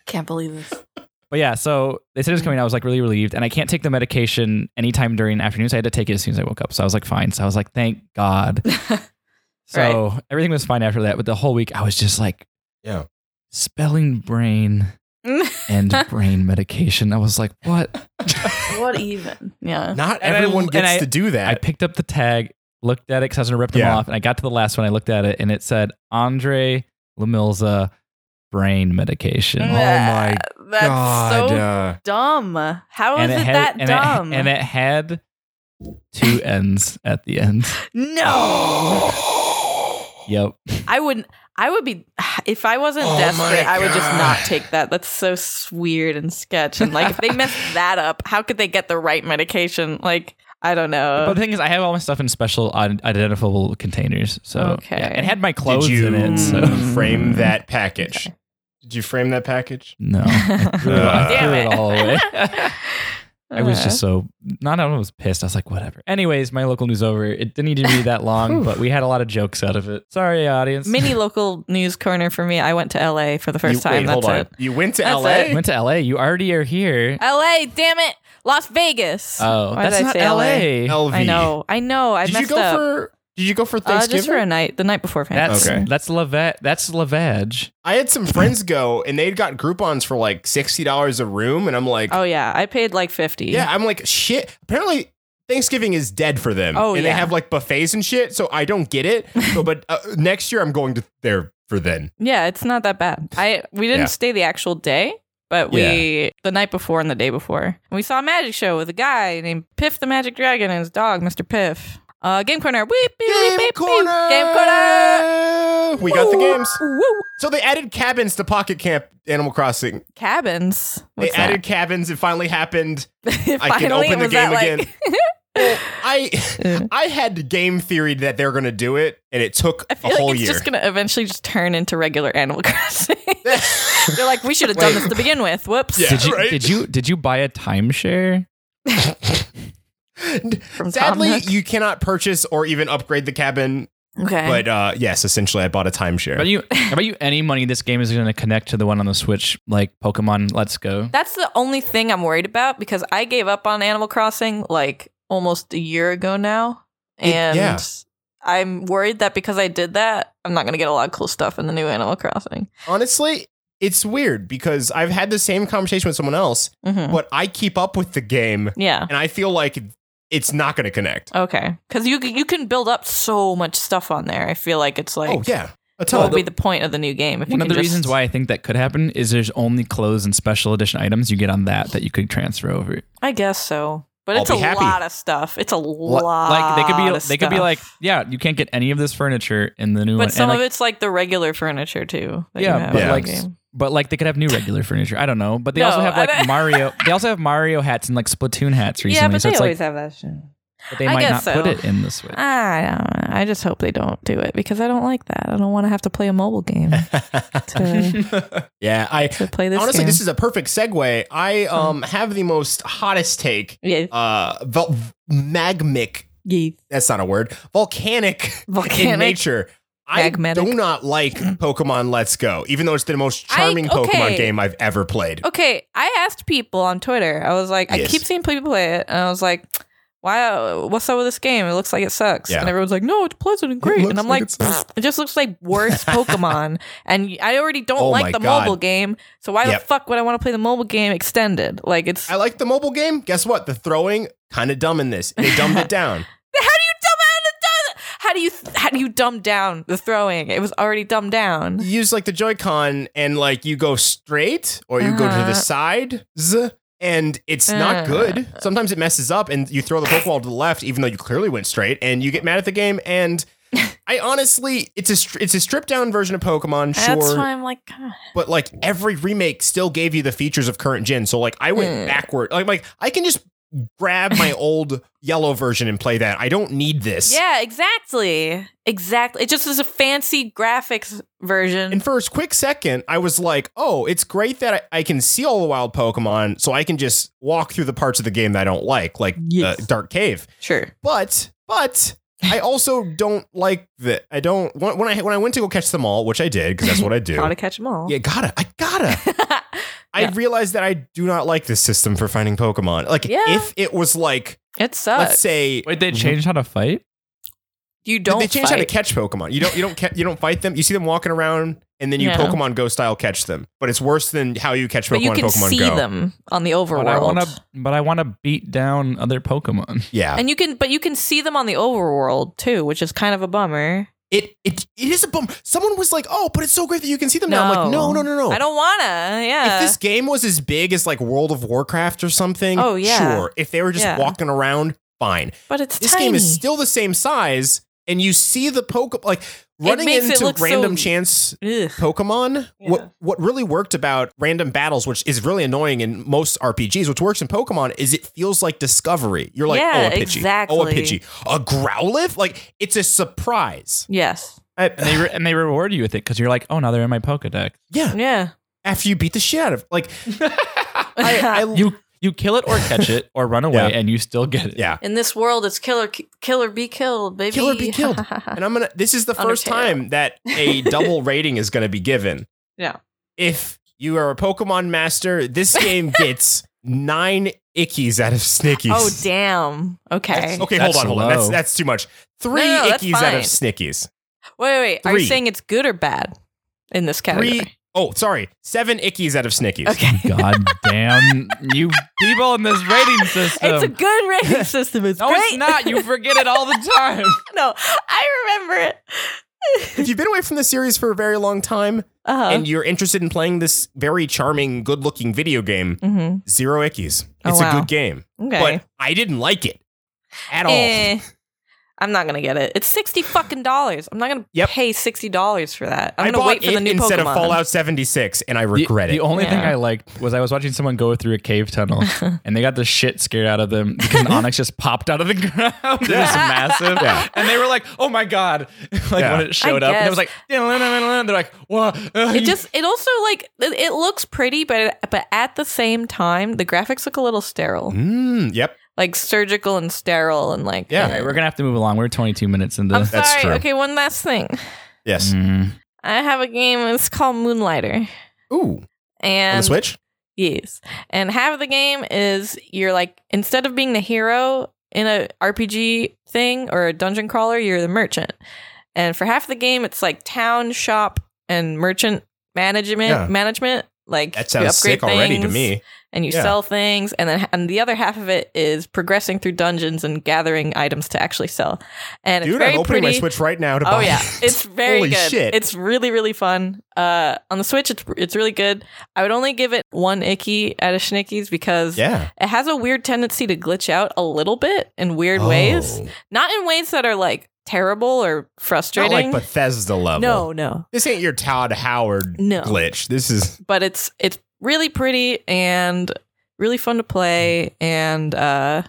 Speaker 1: can't believe this.
Speaker 3: But yeah, so they said it was coming. I was like really relieved, and I can't take the medication anytime during afternoons. I had to take it as soon as I woke up, so I was like fine. So I was like, thank God. So everything was fine after that, but the whole week I was just like,
Speaker 2: Yeah.
Speaker 3: spelling brain and brain medication. I was like, what?
Speaker 1: what even? Yeah.
Speaker 2: Not
Speaker 3: And I-
Speaker 2: everyone
Speaker 3: and
Speaker 2: gets
Speaker 3: I-
Speaker 2: to do
Speaker 3: I
Speaker 2: that.
Speaker 3: picked up the tag, looked at it because I was gonna rip them
Speaker 2: Yeah.
Speaker 3: off, and I got to the last one. I looked at it, and it said Andre Lamilza brain medication,
Speaker 1: Mm.
Speaker 2: Oh my
Speaker 1: That's
Speaker 2: God.
Speaker 1: so
Speaker 2: uh,
Speaker 1: dumb. How is
Speaker 3: and
Speaker 1: it,
Speaker 3: had
Speaker 1: Oh, that
Speaker 3: and
Speaker 1: dumb?
Speaker 3: It, and it had two ends at the end.
Speaker 1: no.
Speaker 3: Yep.
Speaker 1: I would I would be if I wasn't
Speaker 2: Oh
Speaker 1: desperate,
Speaker 2: my
Speaker 1: I would just
Speaker 2: God.
Speaker 1: not take that. That's so s- weird and sketch. And like if they messed that up, how could they get the right medication? Like I don't
Speaker 3: But
Speaker 1: know.
Speaker 3: the thing is, I have all my stuff in special un- identifiable containers. So
Speaker 1: Okay.
Speaker 3: yeah. it had my
Speaker 2: did
Speaker 3: clothes
Speaker 2: you
Speaker 3: in it. So
Speaker 1: Mm.
Speaker 2: frame that package? Did you frame that package?
Speaker 3: no, I threw, it- I
Speaker 2: Uh.
Speaker 3: threw
Speaker 1: Damn
Speaker 3: it all away. I was
Speaker 1: Uh,
Speaker 3: just so not. I was pissed. I was like, whatever. Anyways, my local news over. It didn't need to be that long, but we had a lot of jokes out of it. Sorry, audience.
Speaker 1: mini local news corner for me. I went to LA for the first
Speaker 2: You-
Speaker 1: time.
Speaker 2: wait,
Speaker 1: That's
Speaker 2: hold on.
Speaker 1: it.
Speaker 2: You went to
Speaker 1: That's
Speaker 2: LA?
Speaker 1: it.
Speaker 3: went to L.A. You already are here.
Speaker 1: LA, damn it. Las Vegas.
Speaker 3: Oh,
Speaker 1: Why did
Speaker 3: that's
Speaker 1: I
Speaker 3: not
Speaker 1: say
Speaker 3: L.A.
Speaker 2: LV.
Speaker 1: I know. I know. I
Speaker 2: Uh, Did you
Speaker 1: messed
Speaker 2: go
Speaker 1: up.
Speaker 2: for? Did you go for
Speaker 1: uh,
Speaker 2: Thanksgiving?
Speaker 1: just for a night, the night before
Speaker 3: That's
Speaker 1: Fantasy.
Speaker 2: Okay.
Speaker 3: that's Lava- That's Lavage.
Speaker 2: I had some friends go, and they'd got Groupon's for like sixty dollars a room, and I'm like,
Speaker 1: Oh yeah, I paid like fifty.
Speaker 2: yeah, I'm like, shit. Apparently, Thanksgiving is dead for them.
Speaker 1: Oh,
Speaker 2: and
Speaker 1: yeah.
Speaker 2: they have like buffets and shit, so I don't get it. So, but uh, next year I'm going to there for then.
Speaker 1: Yeah, it's not that bad. I we didn't
Speaker 2: Yeah.
Speaker 1: stay the actual day, but we the night before and the day before. And we saw a magic show with a guy named Piff the Magic Dragon and his dog, Mr. Piff. Uh, game corner. Weep, beep, beep, beep, beep. Game corner.
Speaker 2: We got the games.
Speaker 1: Woo.
Speaker 2: So they added cabins to Pocket Camp Animal Crossing.
Speaker 1: Cabins.
Speaker 2: They
Speaker 1: What's that?
Speaker 2: added cabins. It finally happened.
Speaker 1: Finally,
Speaker 2: I can open the
Speaker 1: was that
Speaker 2: game
Speaker 1: like-
Speaker 2: again. Well, I I had game theory that they're gonna do it, and it took
Speaker 1: I
Speaker 2: a
Speaker 1: feel
Speaker 2: whole
Speaker 1: like it's
Speaker 2: year.
Speaker 1: just gonna eventually just turn into regular Animal Crossing. They're like, we should have done
Speaker 2: Wait.
Speaker 1: this to begin with. Whoops.
Speaker 2: Yeah.
Speaker 3: Did you
Speaker 2: right.
Speaker 3: did you did you buy a timeshare?
Speaker 1: From
Speaker 2: Sadly,
Speaker 1: Tom Nook.
Speaker 2: you cannot purchase or even upgrade the cabin.
Speaker 1: okay.
Speaker 2: But uh, yes, essentially, I bought a timeshare.
Speaker 3: But you about you any money this game is going to connect to the one on the Switch, like Pokemon Let's Go.
Speaker 1: That's the only thing I'm worried about because I gave up on Animal Crossing like almost a year ago now.
Speaker 2: It-
Speaker 1: And
Speaker 2: yeah.
Speaker 1: I'm worried that because I did that, I'm not going to get a lot of cool stuff in the new Animal Crossing.
Speaker 2: Honestly, it's weird because I've had the same conversation with someone else,
Speaker 1: hmm
Speaker 2: but I keep up with the game,
Speaker 1: Yeah.
Speaker 2: and I feel like it's not going to connect.
Speaker 1: Okay. Because you, you can build up so much stuff on there. I feel like it's like,
Speaker 2: oh yeah, a
Speaker 1: what
Speaker 2: ton.
Speaker 1: would be the point of the new game? If you
Speaker 3: One of
Speaker 1: could
Speaker 3: the
Speaker 1: just-
Speaker 3: reasons why I think that could happen is there's only clothes and special edition items you get on that that you could transfer over.
Speaker 1: I guess so. But
Speaker 2: I'll
Speaker 1: it's a
Speaker 2: be happy.
Speaker 1: lot of stuff. It's a lot.
Speaker 3: like they could be they
Speaker 1: of
Speaker 3: could be
Speaker 1: stuff.
Speaker 3: like yeah you can't get any of this furniture in the new one
Speaker 1: but
Speaker 3: And,
Speaker 1: some
Speaker 3: like-
Speaker 1: of it's like the regular furniture too. that you
Speaker 3: Yeah,
Speaker 1: have
Speaker 2: but
Speaker 1: in the
Speaker 2: like-
Speaker 1: game.
Speaker 3: but like they could have new regular furniture I don't know but they also
Speaker 1: No,
Speaker 3: have
Speaker 1: I
Speaker 3: like
Speaker 1: don't-
Speaker 3: Mario they also have Mario hats and like Splatoon hats recently
Speaker 1: yeah, but
Speaker 3: so
Speaker 1: they
Speaker 3: it's
Speaker 1: always
Speaker 3: like
Speaker 1: have that shit.
Speaker 3: but they
Speaker 1: I
Speaker 3: might not
Speaker 1: guess
Speaker 3: put
Speaker 1: so.
Speaker 3: it in the Switch
Speaker 1: I don't know. I just hope they don't do it because I don't like that. I don't want to have to play a mobile game to,
Speaker 2: yeah, I
Speaker 1: to play this
Speaker 2: honestly,
Speaker 1: game. Hmm.
Speaker 2: this is a perfect segue. I um have the most hottest take.
Speaker 1: yeah.
Speaker 2: Uh, vel- magmic.
Speaker 1: yeah.
Speaker 2: That's not a word. Volcanic. in
Speaker 1: Volcanic.
Speaker 2: nature. I
Speaker 1: Magmatic.
Speaker 2: do not like Pokemon Let's Go, even though it's the most
Speaker 1: I-
Speaker 2: charming
Speaker 1: okay.
Speaker 2: Pokemon game I've ever played.
Speaker 1: Okay, I asked people on Twitter. I was like, I
Speaker 2: Yes.
Speaker 1: keep seeing people play it, and I was like, "Wow, what's up with this game? It looks like it sucks."
Speaker 2: Yeah.
Speaker 1: And everyone's like, "No, it's pleasant and great."
Speaker 2: looks
Speaker 1: And I'm
Speaker 2: like
Speaker 1: like,
Speaker 2: it sucks.
Speaker 1: "It just looks like worse Pokemon." And I already don't
Speaker 2: Oh
Speaker 1: like
Speaker 2: my
Speaker 1: the
Speaker 2: God.
Speaker 1: mobile game, so why the
Speaker 2: Yep.
Speaker 1: fuck would I want to play the mobile game extended? Like, it's
Speaker 2: I like the mobile game. Guess what? The throwing kind of dumb in this. They dumbed it down.
Speaker 1: How do you dumb out the dumb? How do you how do you dumb down the throwing? It was already dumbed down.
Speaker 2: You use like the Joy-Con and like you go straight or you go to
Speaker 1: Uh-huh.
Speaker 2: the side, z- and it's
Speaker 1: Uh.
Speaker 2: not good. Sometimes it messes up and you throw the Pokeball to the left, even though you clearly went straight, and you get mad at the game. And I honestly, it's a str- it's a stripped down version of Pokemon. Sure,
Speaker 1: That's why I'm like, God.
Speaker 2: but like every remake still gave you the features of current gen. So like I went
Speaker 1: Mm.
Speaker 2: backward. Like, like I can just grab my old yellow version and play that. I don't need this.
Speaker 1: yeah, exactly, exactly. It just is a fancy graphics version.
Speaker 2: And for a quick second, I was like, oh, it's great that I, I can see all the wild Pokemon, so I can just walk through the parts of the game that I don't like, like
Speaker 1: Yes.
Speaker 2: uh, Dark Cave.
Speaker 1: sure.
Speaker 2: But but I also don't like that. I don't when, when I when I went to go catch them all, which I did because that's what I do.
Speaker 1: How to catch them all.
Speaker 2: yeah, gotta I gotta. I
Speaker 1: Yeah.
Speaker 2: realized that I do not like this system for finding Pokemon. Like,
Speaker 1: Yeah.
Speaker 2: if it was like,
Speaker 1: It
Speaker 2: let's
Speaker 1: sucks.
Speaker 2: say,
Speaker 3: Wait, they
Speaker 1: Mhm.
Speaker 3: changed how to fight?
Speaker 1: you don't
Speaker 2: they changed
Speaker 1: fight.
Speaker 2: how to catch Pokemon. You don't, you don't, ca- you don't fight them. You see them walking around, and then you
Speaker 1: Yeah.
Speaker 2: Pokemon Go style catch them. But it's worse than how you catch Pokemon.
Speaker 1: but you
Speaker 2: in
Speaker 1: can
Speaker 2: Pokemon
Speaker 1: see
Speaker 2: Go.
Speaker 1: them on the overworld.
Speaker 3: But I want to, but I want to beat down other Pokemon.
Speaker 2: Yeah,
Speaker 1: and you can, but you can see them on the overworld too, which is kind of a bummer.
Speaker 2: it, it it is a bum. Someone was like, "Oh, but it's so great that you can see them now." I'm like, "No, no, no, no."
Speaker 1: I don't wanna. Yeah.
Speaker 2: If this game was as big as like World of Warcraft or something,
Speaker 1: Oh, yeah.
Speaker 2: sure. If they were just
Speaker 1: Yeah.
Speaker 2: walking around, fine.
Speaker 1: but it's
Speaker 2: This
Speaker 1: tiny.
Speaker 2: game is still the same size, and you see the poke like running
Speaker 1: makes it
Speaker 2: into
Speaker 1: look so-
Speaker 2: random chance
Speaker 1: Ugh.
Speaker 2: Pokemon.
Speaker 1: Yeah.
Speaker 2: What what really worked about random battles, which is really annoying in most RPGs, which works in Pokemon, is it feels like discovery. You're like,
Speaker 1: Yeah,
Speaker 2: oh a Pidgey, oh a
Speaker 1: exactly.
Speaker 2: Pidgey, a Growlithe. Like it's a surprise.
Speaker 1: Yes.
Speaker 3: And they, re- and they reward you with it because you're like, oh, now they're in my Pokedex.
Speaker 2: Yeah,
Speaker 1: Yeah.
Speaker 2: after you beat the shit out of like, I, I
Speaker 3: You you kill it or catch it or run away,
Speaker 2: Yeah.
Speaker 3: and you still get it.
Speaker 2: yeah.
Speaker 1: In this world, it's killer, killer be killed, baby.
Speaker 2: Killer be killed. and I'm gonna. This is the first
Speaker 1: Undertale.
Speaker 2: time that a double rating is gonna be given.
Speaker 1: Yeah.
Speaker 2: If you are a Pokemon master, this game gets nine ickies out of Snickies.
Speaker 1: oh damn. Okay.
Speaker 2: That's- Okay,
Speaker 3: That's
Speaker 2: hold on, hold on. That's
Speaker 3: low.
Speaker 2: that's too much. Three
Speaker 1: no, that's
Speaker 2: ickies out of
Speaker 1: fine.
Speaker 2: Snickies.
Speaker 1: Wait, wait. Are
Speaker 2: Three.
Speaker 1: you saying it's good or bad in this category?
Speaker 2: Three. Oh, sorry, seven ickies out of Snickies.
Speaker 1: Okay.
Speaker 3: God damn you people in this rating system.
Speaker 2: um,
Speaker 1: It's a good rating system. It's
Speaker 3: no,
Speaker 1: great.
Speaker 3: it's not. You forget it all the time.
Speaker 1: no, I remember it.
Speaker 2: If you've been away from the series for a very long time
Speaker 1: Uh-huh.
Speaker 2: and you're interested in playing this very charming, good-looking video game,
Speaker 1: mm-hmm.
Speaker 2: zero ickies.
Speaker 1: Oh,
Speaker 2: It's a
Speaker 1: wow.
Speaker 2: good game,
Speaker 1: Okay.
Speaker 2: but I didn't like it at all.
Speaker 1: Eh, I'm not gonna get it. It's sixty fucking dollars. I'm not gonna
Speaker 2: Yep.
Speaker 1: pay sixty dollars for that. I'm
Speaker 2: I
Speaker 1: gonna
Speaker 2: bought
Speaker 1: wait for
Speaker 2: it
Speaker 1: the new
Speaker 2: instead
Speaker 1: Pokemon.
Speaker 2: of Fallout 76, and I regret
Speaker 3: the,
Speaker 2: it.
Speaker 3: The only thing
Speaker 1: Yeah.
Speaker 3: I liked was I was watching someone go through a cave tunnel, and they got the shit scared out of them because an Onyx just popped out of the ground. It was massive,
Speaker 2: Yeah.
Speaker 3: and they were like, "Oh my god!" like
Speaker 2: Yeah.
Speaker 3: when it showed
Speaker 1: I
Speaker 3: up, and it was
Speaker 1: guess.
Speaker 3: like, "Dun-dun-dun-dun-dun," "They're like, whoa!" uh,
Speaker 1: It just it also like it, it looks pretty, but but at the same time, the graphics look a little sterile,
Speaker 2: Mm, yep.
Speaker 1: like surgical and sterile, and like eh.
Speaker 2: Yeah.
Speaker 3: All right, we're gonna have to move along. We're 22 minutes into.
Speaker 1: I'm
Speaker 3: this.
Speaker 2: That's
Speaker 1: sorry.
Speaker 2: true.
Speaker 1: Okay, one last thing.
Speaker 2: Yes.
Speaker 3: Mm.
Speaker 1: I have a game. It's called Moonlighter,
Speaker 2: Ooh.
Speaker 1: and
Speaker 2: On the Switch?
Speaker 1: Yes. And half of the game is you're like instead of being the hero in a RPG thing or a dungeon crawler, you're the merchant. And for half of the game it's like town, shop, and merchant management
Speaker 2: Yeah.
Speaker 1: management. Like
Speaker 2: That
Speaker 1: you
Speaker 2: sounds
Speaker 1: upgrade
Speaker 2: sick already to
Speaker 1: things
Speaker 2: me.
Speaker 1: And you
Speaker 2: Yeah.
Speaker 1: sell things and then and the other half of it is progressing through dungeons and gathering items to actually sell. And it's
Speaker 2: Dude,
Speaker 1: very
Speaker 2: I'm opening
Speaker 1: pretty.
Speaker 2: my Switch right now to
Speaker 1: Oh
Speaker 2: buy
Speaker 1: yeah,
Speaker 2: it.
Speaker 1: it's very
Speaker 2: Holy
Speaker 1: good.
Speaker 2: shit.
Speaker 1: It's really really fun. Uh, on the Switch, it's it's really good. I would only give it one icky out of Schnickies because
Speaker 2: yeah.
Speaker 1: it has a weird tendency to glitch out a little bit in weird ways.
Speaker 2: Oh.
Speaker 1: Not in ways that are like terrible or
Speaker 2: Not
Speaker 1: frustrating.
Speaker 2: like Bethesda level.
Speaker 1: no, no,
Speaker 2: This ain't your Todd Howard
Speaker 1: No.
Speaker 2: glitch. This is.
Speaker 1: but it's it's really pretty and really fun to play and uh,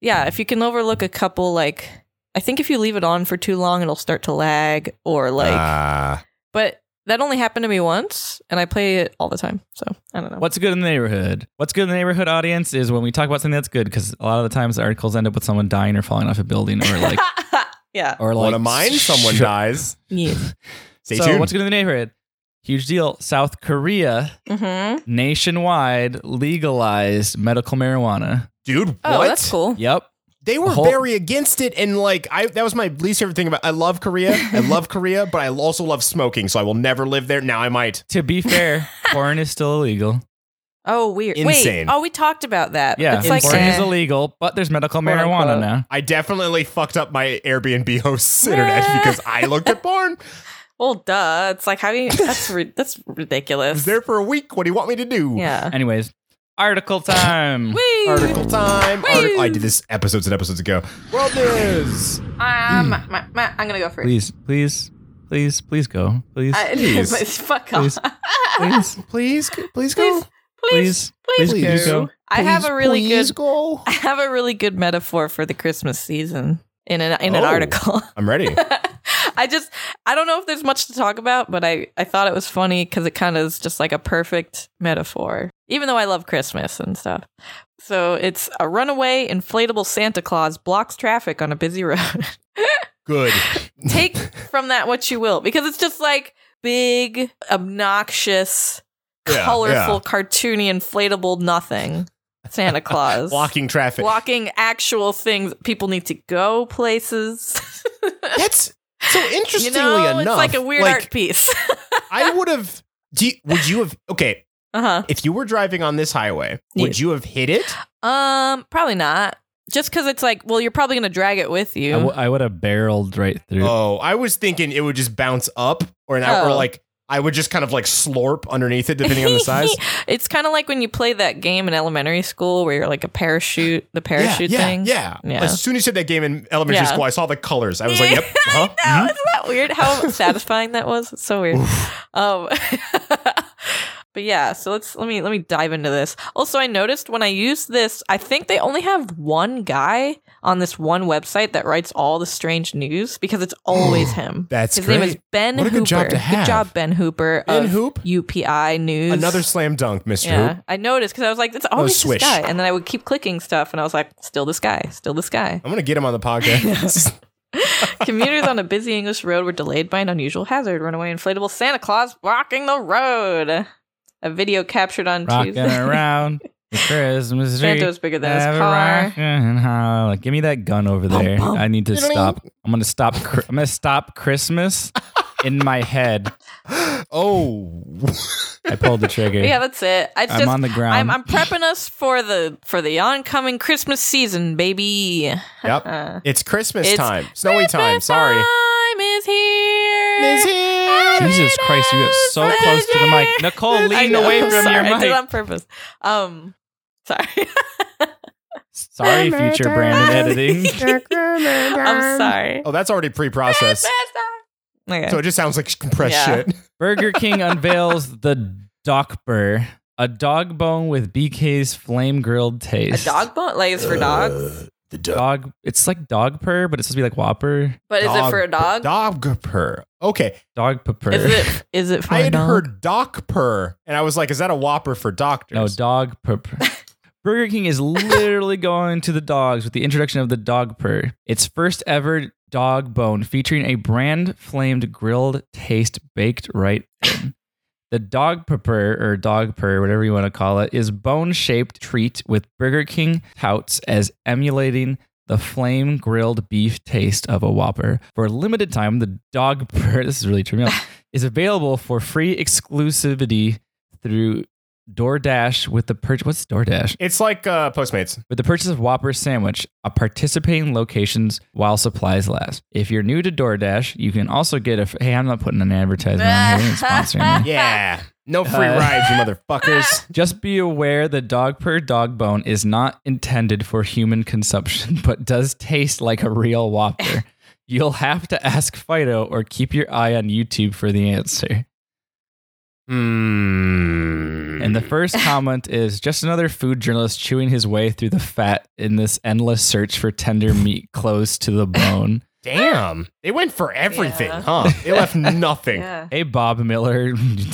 Speaker 1: yeah, if you can overlook a couple like. I think if you leave it on for too long, it'll start to lag or like
Speaker 2: Ah.
Speaker 1: But that only happened to me once, and I play it all the time. So I don't know.
Speaker 3: What's good in the neighborhood? What's good in the neighborhood audience is when we talk about something that's good because a lot of the times the articles end up with someone dying or falling off a building or like
Speaker 1: yeah.
Speaker 3: or like
Speaker 2: one of mine, someone
Speaker 3: sh-
Speaker 2: dies.
Speaker 1: yeah.
Speaker 2: Stay
Speaker 3: so
Speaker 2: tuned.
Speaker 3: what's good in the neighborhood? Huge deal. South Korea
Speaker 1: Mm-hmm.
Speaker 3: nationwide legalized medical marijuana.
Speaker 2: Dude,
Speaker 1: Oh,
Speaker 2: what?
Speaker 1: that's cool.
Speaker 3: Yep.
Speaker 2: They were
Speaker 3: whole-
Speaker 2: very against it, and like I, that was my least favorite thing about. I love Korea, I love Korea, but I also love smoking, so I will never live there. Now I might.
Speaker 3: To be fair, porn is still illegal.
Speaker 1: Oh, weird.
Speaker 2: Insane.
Speaker 1: Wait. Oh, we talked about that.
Speaker 3: Yeah,
Speaker 1: It's
Speaker 3: porn
Speaker 1: like
Speaker 3: is
Speaker 1: eh,
Speaker 3: illegal, but there's medical
Speaker 1: Quote,
Speaker 3: marijuana
Speaker 1: unquote.
Speaker 3: now.
Speaker 2: I definitely fucked up my Airbnb host's internet because I looked at porn.
Speaker 1: well, duh. It's like how do you? That's ri- that's
Speaker 2: I was
Speaker 1: ridiculous.
Speaker 2: there for a week. What do you want me to do?
Speaker 1: yeah.
Speaker 3: Anyways, article time.
Speaker 1: Wee.
Speaker 2: Article time.
Speaker 1: Woo!
Speaker 2: Article, I did this episodes and episodes ago. World news.
Speaker 1: Um, my, my, I'm gonna go first.
Speaker 3: Please, please, please, please go. Please,
Speaker 1: I,
Speaker 2: please.
Speaker 1: my- fuck off.
Speaker 3: Please.
Speaker 2: Please, please
Speaker 3: please,
Speaker 2: go.
Speaker 3: please, please,
Speaker 1: Please
Speaker 3: please
Speaker 1: go.
Speaker 3: go.
Speaker 1: I have
Speaker 2: Please,
Speaker 1: a really
Speaker 2: please
Speaker 1: good.
Speaker 2: go.
Speaker 1: I have a really good metaphor for the Christmas season in an in an
Speaker 2: Oh.
Speaker 1: article.
Speaker 2: I'm ready.
Speaker 1: I just I don't know if there's much to talk about, but I I thought it was funny because it kind of is just like a perfect metaphor. Even though I love Christmas and stuff, so it's a runaway inflatable Santa Claus blocks traffic on a busy road.
Speaker 2: Good.
Speaker 1: Take from that what you will, because it's just like big, obnoxious,
Speaker 2: Yeah,
Speaker 1: colorful, cartoony, inflatable nothing. Santa Claus.
Speaker 2: blocking traffic.
Speaker 1: Blocking actual things. People need to go places.
Speaker 2: That's so interestingly
Speaker 1: you know,
Speaker 2: enough.
Speaker 1: it's like a weird art piece.
Speaker 2: I would have. Do you, would you have? Okay,
Speaker 1: uh
Speaker 2: if you were driving on this highway, would
Speaker 1: Yes.
Speaker 2: you have hit it?
Speaker 1: huh. Um, probably not. Just because it's like, well, you're probably gonna drag it with
Speaker 3: I,
Speaker 1: you.
Speaker 3: w- I would have barreled right through.
Speaker 2: Oh, I was thinking it would just bounce up or an out, or
Speaker 1: Oh.
Speaker 2: like I would just kind of like slurp underneath it, depending on the size.
Speaker 1: it's kind of like when you play that game in elementary school where you're like a parachute, the parachute
Speaker 2: yeah, yeah,
Speaker 1: thing.
Speaker 2: Yeah.
Speaker 1: Yeah.
Speaker 2: As soon as you said that game in elementary
Speaker 1: Yeah.
Speaker 2: school, I saw the colors. I was like, yep. Huh? Hmm?
Speaker 1: I know, isn't that weird? How satisfying that was. It's so weird. Um, but yeah, so let's let me let me dive into this. Also, I noticed when I used this, I think they only have one guy on this one website that writes all the strange news because it's always him.
Speaker 2: That's
Speaker 1: His name is
Speaker 2: great.
Speaker 1: Ben
Speaker 2: What a
Speaker 1: Hooper.
Speaker 2: good job to have.
Speaker 1: job, Ben Hooper.
Speaker 2: Ben
Speaker 1: of
Speaker 2: Hoop?
Speaker 1: UPI News.
Speaker 2: Another slam dunk, Mr.
Speaker 1: Yeah,
Speaker 2: Hoop.
Speaker 1: I noticed because I was like, it's always this
Speaker 2: swish.
Speaker 1: guy, and then I would keep clicking stuff, and I was like, still this guy, still this guy.
Speaker 2: I'm gonna get him on the podcast.
Speaker 1: Commuters on a busy English road were delayed by an unusual hazard. Runaway inflatable Santa Claus blocking the road. A video captured on
Speaker 3: Rocking
Speaker 1: Tuesday.
Speaker 3: around the Christmas tree.
Speaker 1: Santa's bigger than his
Speaker 3: Have a
Speaker 1: car.
Speaker 3: rockin' holla. Give me that gun over there. I need to stop. I'm gonna stop. Chri- I'm gonna stop Christmas in my head.
Speaker 2: oh,
Speaker 3: I pulled the trigger.
Speaker 1: Yeah, that's it. I
Speaker 3: I'm
Speaker 1: just,
Speaker 3: on the ground.
Speaker 1: I'm, I'm prepping us for the for the oncoming Christmas season, baby.
Speaker 2: yep.
Speaker 1: Uh,
Speaker 2: It's Christmas
Speaker 1: It's
Speaker 2: time. Snowy time.
Speaker 1: Christmas
Speaker 2: Sorry.
Speaker 1: time is here.
Speaker 2: Is here.
Speaker 3: Jesus Christ, you got so close to the mic. Nicole,
Speaker 1: I
Speaker 3: lean
Speaker 1: know,
Speaker 3: away from
Speaker 1: sorry,
Speaker 3: your
Speaker 1: I did it
Speaker 3: mic.
Speaker 1: on purpose. Um, sorry.
Speaker 3: Sorry, future Brandon editing.
Speaker 1: I'm sorry.
Speaker 2: Oh, that's already pre-processed.
Speaker 1: Okay.
Speaker 2: So it just sounds like compressed
Speaker 1: Yeah.
Speaker 2: shit.
Speaker 3: Burger King unveils the Dockbur, a dog bone with BK's flame grilled
Speaker 1: a
Speaker 3: taste.
Speaker 1: dog bone? Like it's for
Speaker 2: Uh,
Speaker 1: dogs?
Speaker 3: Dog. It's like dog purr, but it's supposed to be like whopper.
Speaker 1: But is it for a dog?
Speaker 2: Dog purr. Okay.
Speaker 3: Dog purr.
Speaker 1: Is it is it for
Speaker 2: I
Speaker 1: a
Speaker 2: had
Speaker 1: dog?
Speaker 2: heard doc purr, and I was like, is that a whopper for doctors?
Speaker 3: No, dog purr. Burger King is literally going to the dogs with the introduction of the dog purr, its first ever dog bone featuring a brand flamed grilled taste baked right in. The dog purr or dog purr, whatever you want to call it, is bone shaped treat with Burger King touts as emulating the flame grilled beef taste of a Whopper. For a limited time, the dog purr, this is really trivial, is available for free exclusivity through DoorDash with the purchase. What's DoorDash?
Speaker 2: It's like uh, Postmates.
Speaker 3: With the purchase of Whopper sandwich, a participating locations while supplies last. If you're new to DoorDash, you can also get a. f- Hey, I'm not putting an advertisement on here. They ain't sponsoring me.
Speaker 2: Yeah. No free
Speaker 3: Uh,
Speaker 2: rides, you motherfuckers.
Speaker 3: Just be aware the dog per dog bone is not intended for human consumption, but does taste like a real Whopper. You'll have to ask Fido or keep your eye on YouTube for the answer.
Speaker 2: Mm.
Speaker 3: And the first comment is just another food journalist chewing his way through the fat in this endless search for tender meat close to the bone.
Speaker 2: Damn. They went for everything,
Speaker 1: Yeah.
Speaker 2: huh? They left nothing.
Speaker 1: Yeah.
Speaker 3: hey, Bob Miller,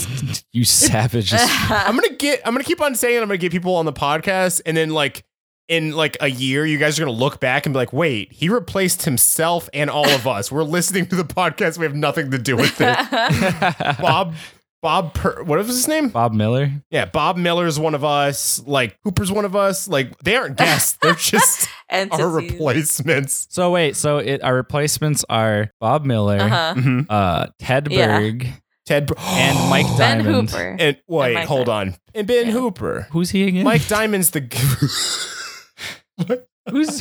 Speaker 3: you savage.
Speaker 2: I'm gonna get I'm gonna keep on saying I'm gonna get people on the podcast and then like in like a year you guys are gonna look back and be like, wait, he replaced himself and all of us. We're listening to the podcast, we have nothing to do with it. Bob Bob per- what was his name?
Speaker 3: Bob Miller?
Speaker 2: Yeah, Bob Miller's one of us, like Hooper's one of us. Like they aren't guests, they're just
Speaker 1: and
Speaker 2: our
Speaker 1: sissies.
Speaker 2: replacements.
Speaker 3: So wait, so it, our replacements are Bob Miller,
Speaker 1: Uh-huh.
Speaker 2: Mhm.
Speaker 3: uh, Ted
Speaker 1: Yeah.
Speaker 3: Berg,
Speaker 2: Ted Br-
Speaker 3: and Mike
Speaker 1: Ben
Speaker 3: Diamond.
Speaker 1: Hooper.
Speaker 2: and wait,
Speaker 1: Mike
Speaker 2: hold on. And Ben
Speaker 1: Yeah.
Speaker 2: Hooper.
Speaker 3: Who's he again?
Speaker 2: Mike Diamond's the
Speaker 3: Who's